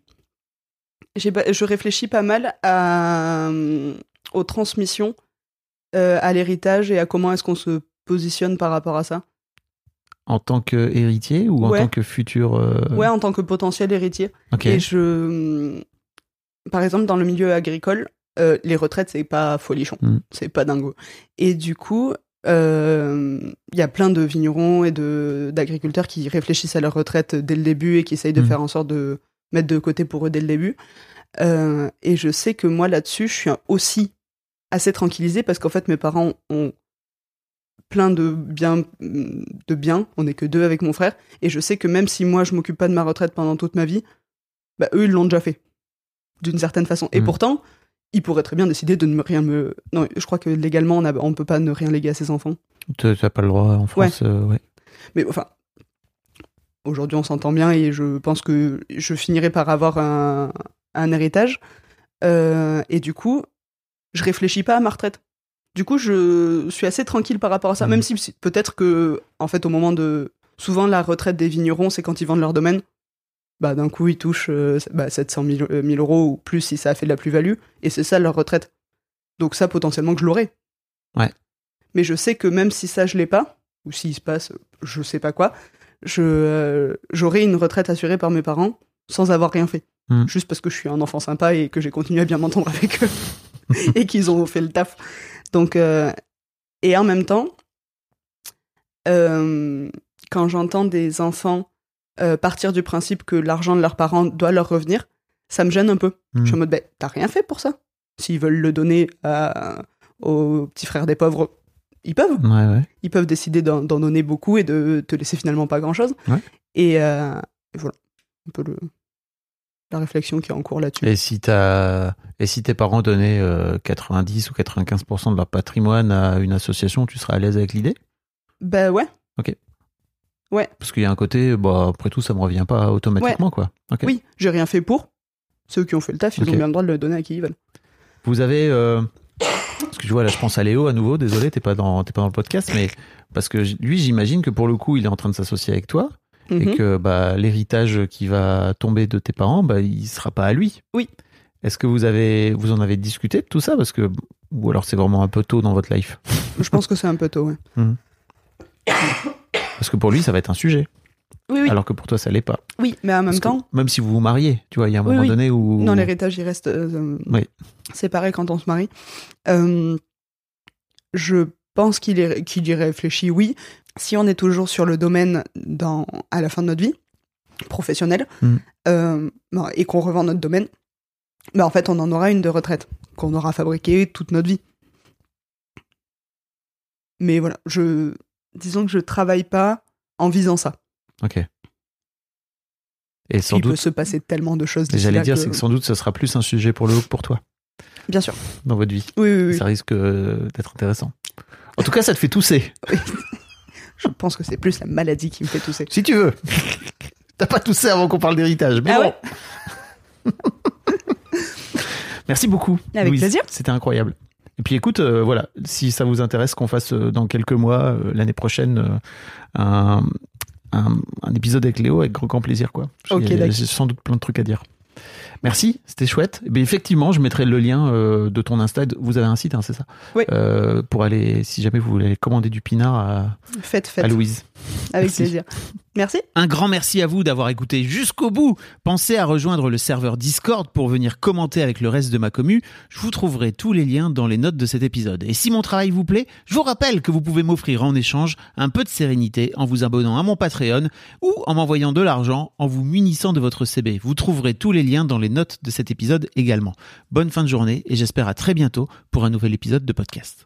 J'ai pas- Je réfléchis pas mal à, euh, aux transmissions, euh, à l'héritage et à comment est-ce qu'on se positionne par rapport à ça. En tant qu'héritier ou en Ouais. tant que futur euh, Ouais, en tant que potentiel héritier. ok. Et je. hum, Par exemple, dans le milieu agricole, euh, les retraites, c'est pas folichon. Mm. C'est pas dingo. Et du coup, euh, il y a plein de vignerons et de- d'agriculteurs qui réfléchissent à leur retraite dès le début et qui essayent de Mm. faire en sorte de mettre de côté pour eux dès le début. Euh, et je sais que moi, là-dessus, je suis aussi assez tranquillisée parce qu'en fait, mes parents ont plein de biens, hum, de biens. On n'est que deux avec mon frère. Et je sais que même si moi, je m'occupe pas de ma retraite pendant toute ma vie, bah, eux, ils l'ont déjà fait. D'une certaine façon. Et Mm. pourtant, pourtant, ils pourraient très bien décider de ne rien me. Non, je crois que légalement, on, a- on peut pas ne rien léguer à ses enfants. Tu n'as pas le droit en France. euh, ouais. Mais enfin, aujourd'hui, on s'entend bien et je pense que je finirai par avoir un, un héritage. Euh, et du coup, je réfléchis pas à ma retraite. Du coup, je suis assez tranquille par rapport à ça, Mhm. même si si- peut-être que, en fait, au moment de. Souvent, la retraite des vignerons, c'est quand ils vendent leur domaine. Bah, d'un coup, ils touchent euh, bah, 700 000, euh, 1000 euros ou plus si ça a fait de la plus-value. Et c'est ça leur retraite. Donc, ça, potentiellement, que je l'aurai. Ouais. Mais je sais que même si ça, je l'ai pas, ou s'il se passe, euh, je sais pas quoi, je, euh, j'aurai une retraite assurée par mes parents sans avoir rien fait. Hmm. Juste parce que je suis un enfant sympa et que j'ai continué à bien m'entendre avec eux. et qu'ils ont fait le taf. Donc, euh, et en même temps, euh, quand j'entends des enfants euh, partir du principe que l'argent de leurs parents doit leur revenir, ça me gêne un peu. Je suis en Hmm. mode, ben, t'as rien fait pour ça. S'ils veulent le donner à, aux petits frères des pauvres, ils peuvent Mmh. Ouais, ouais. ils peuvent décider d'en d'en donner beaucoup et de te laisser finalement pas grand chose. Ouais. Et euh, voilà, un peu le, la réflexion qui est en cours là-dessus. Et si, t'as- et si tes parents donnaient euh, 90 ou 95% de leur patrimoine à une association, tu serais à l'aise avec l'idée Bah ouais, Parce qu'il y a un côté, bah, après tout, ça me revient pas automatiquement. quoi. Ok. oui, j'ai rien fait pour. Ceux qui ont fait le taf, ils Ok. ont bien le droit de le donner à qui ils veulent. Vous avez. euh, Parce que tu vois, là, je pense à Léo à nouveau. Désolé, t'es pas, dans... t'es pas dans le podcast, mais parce que j- lui, j'imagine que pour le coup, il est en train de s'associer avec toi et Mhm. que bah, l'héritage qui va tomber de tes parents, bah, il sera pas à lui. Oui. Est-ce que vous, avez... vous en avez discuté de tout ça Parce que. Ou alors c'est vraiment un peu tôt dans votre life. Je pense que c'est un peu tôt, ouais. Parce que pour lui, ça va être un sujet. Oui, oui, Alors que pour toi, ça l'est pas. oui. Mais en même Parce que temps, Même si vous vous mariez, tu vois, il y a un Oui, moment oui. donné où. non, l'héritage, il reste euh, Oui. séparé quand on se marie. Euh, je pense qu'il y, qu'il y réfléchit, oui. Si on est toujours sur le domaine dans, à la fin de notre vie, professionnelle, Mm. euh, bon, et qu'on revend notre domaine, bah en fait, on en aura une de retraite qu'on aura fabriquée toute notre vie. Mais voilà, je disons que je travaille pas en visant ça. Ok. Et sans Il peut doute. se passer tellement de choses. d'ici J'allais là dire, c'est que sans doute, ce sera plus un sujet pour le haut que pour toi Bien sûr. dans votre vie. Oui, oui, oui. Ça risque euh, d'être intéressant. En tout cas, ça te fait tousser. Je pense que c'est plus la maladie qui me fait tousser. Si tu veux. T'as pas toussé avant qu'on parle d'héritage. Mais Ah bon. ouais Merci beaucoup. Avec Louise. plaisir. C'était incroyable. Et puis écoute, euh, voilà, si ça vous intéresse qu'on fasse euh, dans quelques mois, euh, l'année prochaine, euh, un, un- un épisode avec Léo, avec grand, grand plaisir. Quoi. Parce Ok, qu'il y a- d'accord. J'ai sans doute plein de trucs à dire. Merci, c'était chouette. Mais effectivement, je mettrai le lien euh, de ton Insta. Vous avez un site, hein, c'est ça Oui. Euh, pour aller, si jamais vous voulez commander du pinard à, Faites, à faites. Louise. Avec Merci. plaisir. Merci. Un grand merci à vous d'avoir écouté jusqu'au bout. Pensez à rejoindre le serveur Discord pour venir commenter avec le reste de ma commu. Je vous trouverai tous les liens dans les notes de cet épisode. Et si mon travail vous plaît, je vous rappelle que vous pouvez m'offrir en échange un peu de sérénité en vous abonnant à mon Patreon ou en m'envoyant de l'argent en vous munissant de votre CB. Vous trouverez tous les liens dans les notes de cet épisode également. Bonne fin de journée et j'espère à très bientôt pour un nouvel épisode de podcast.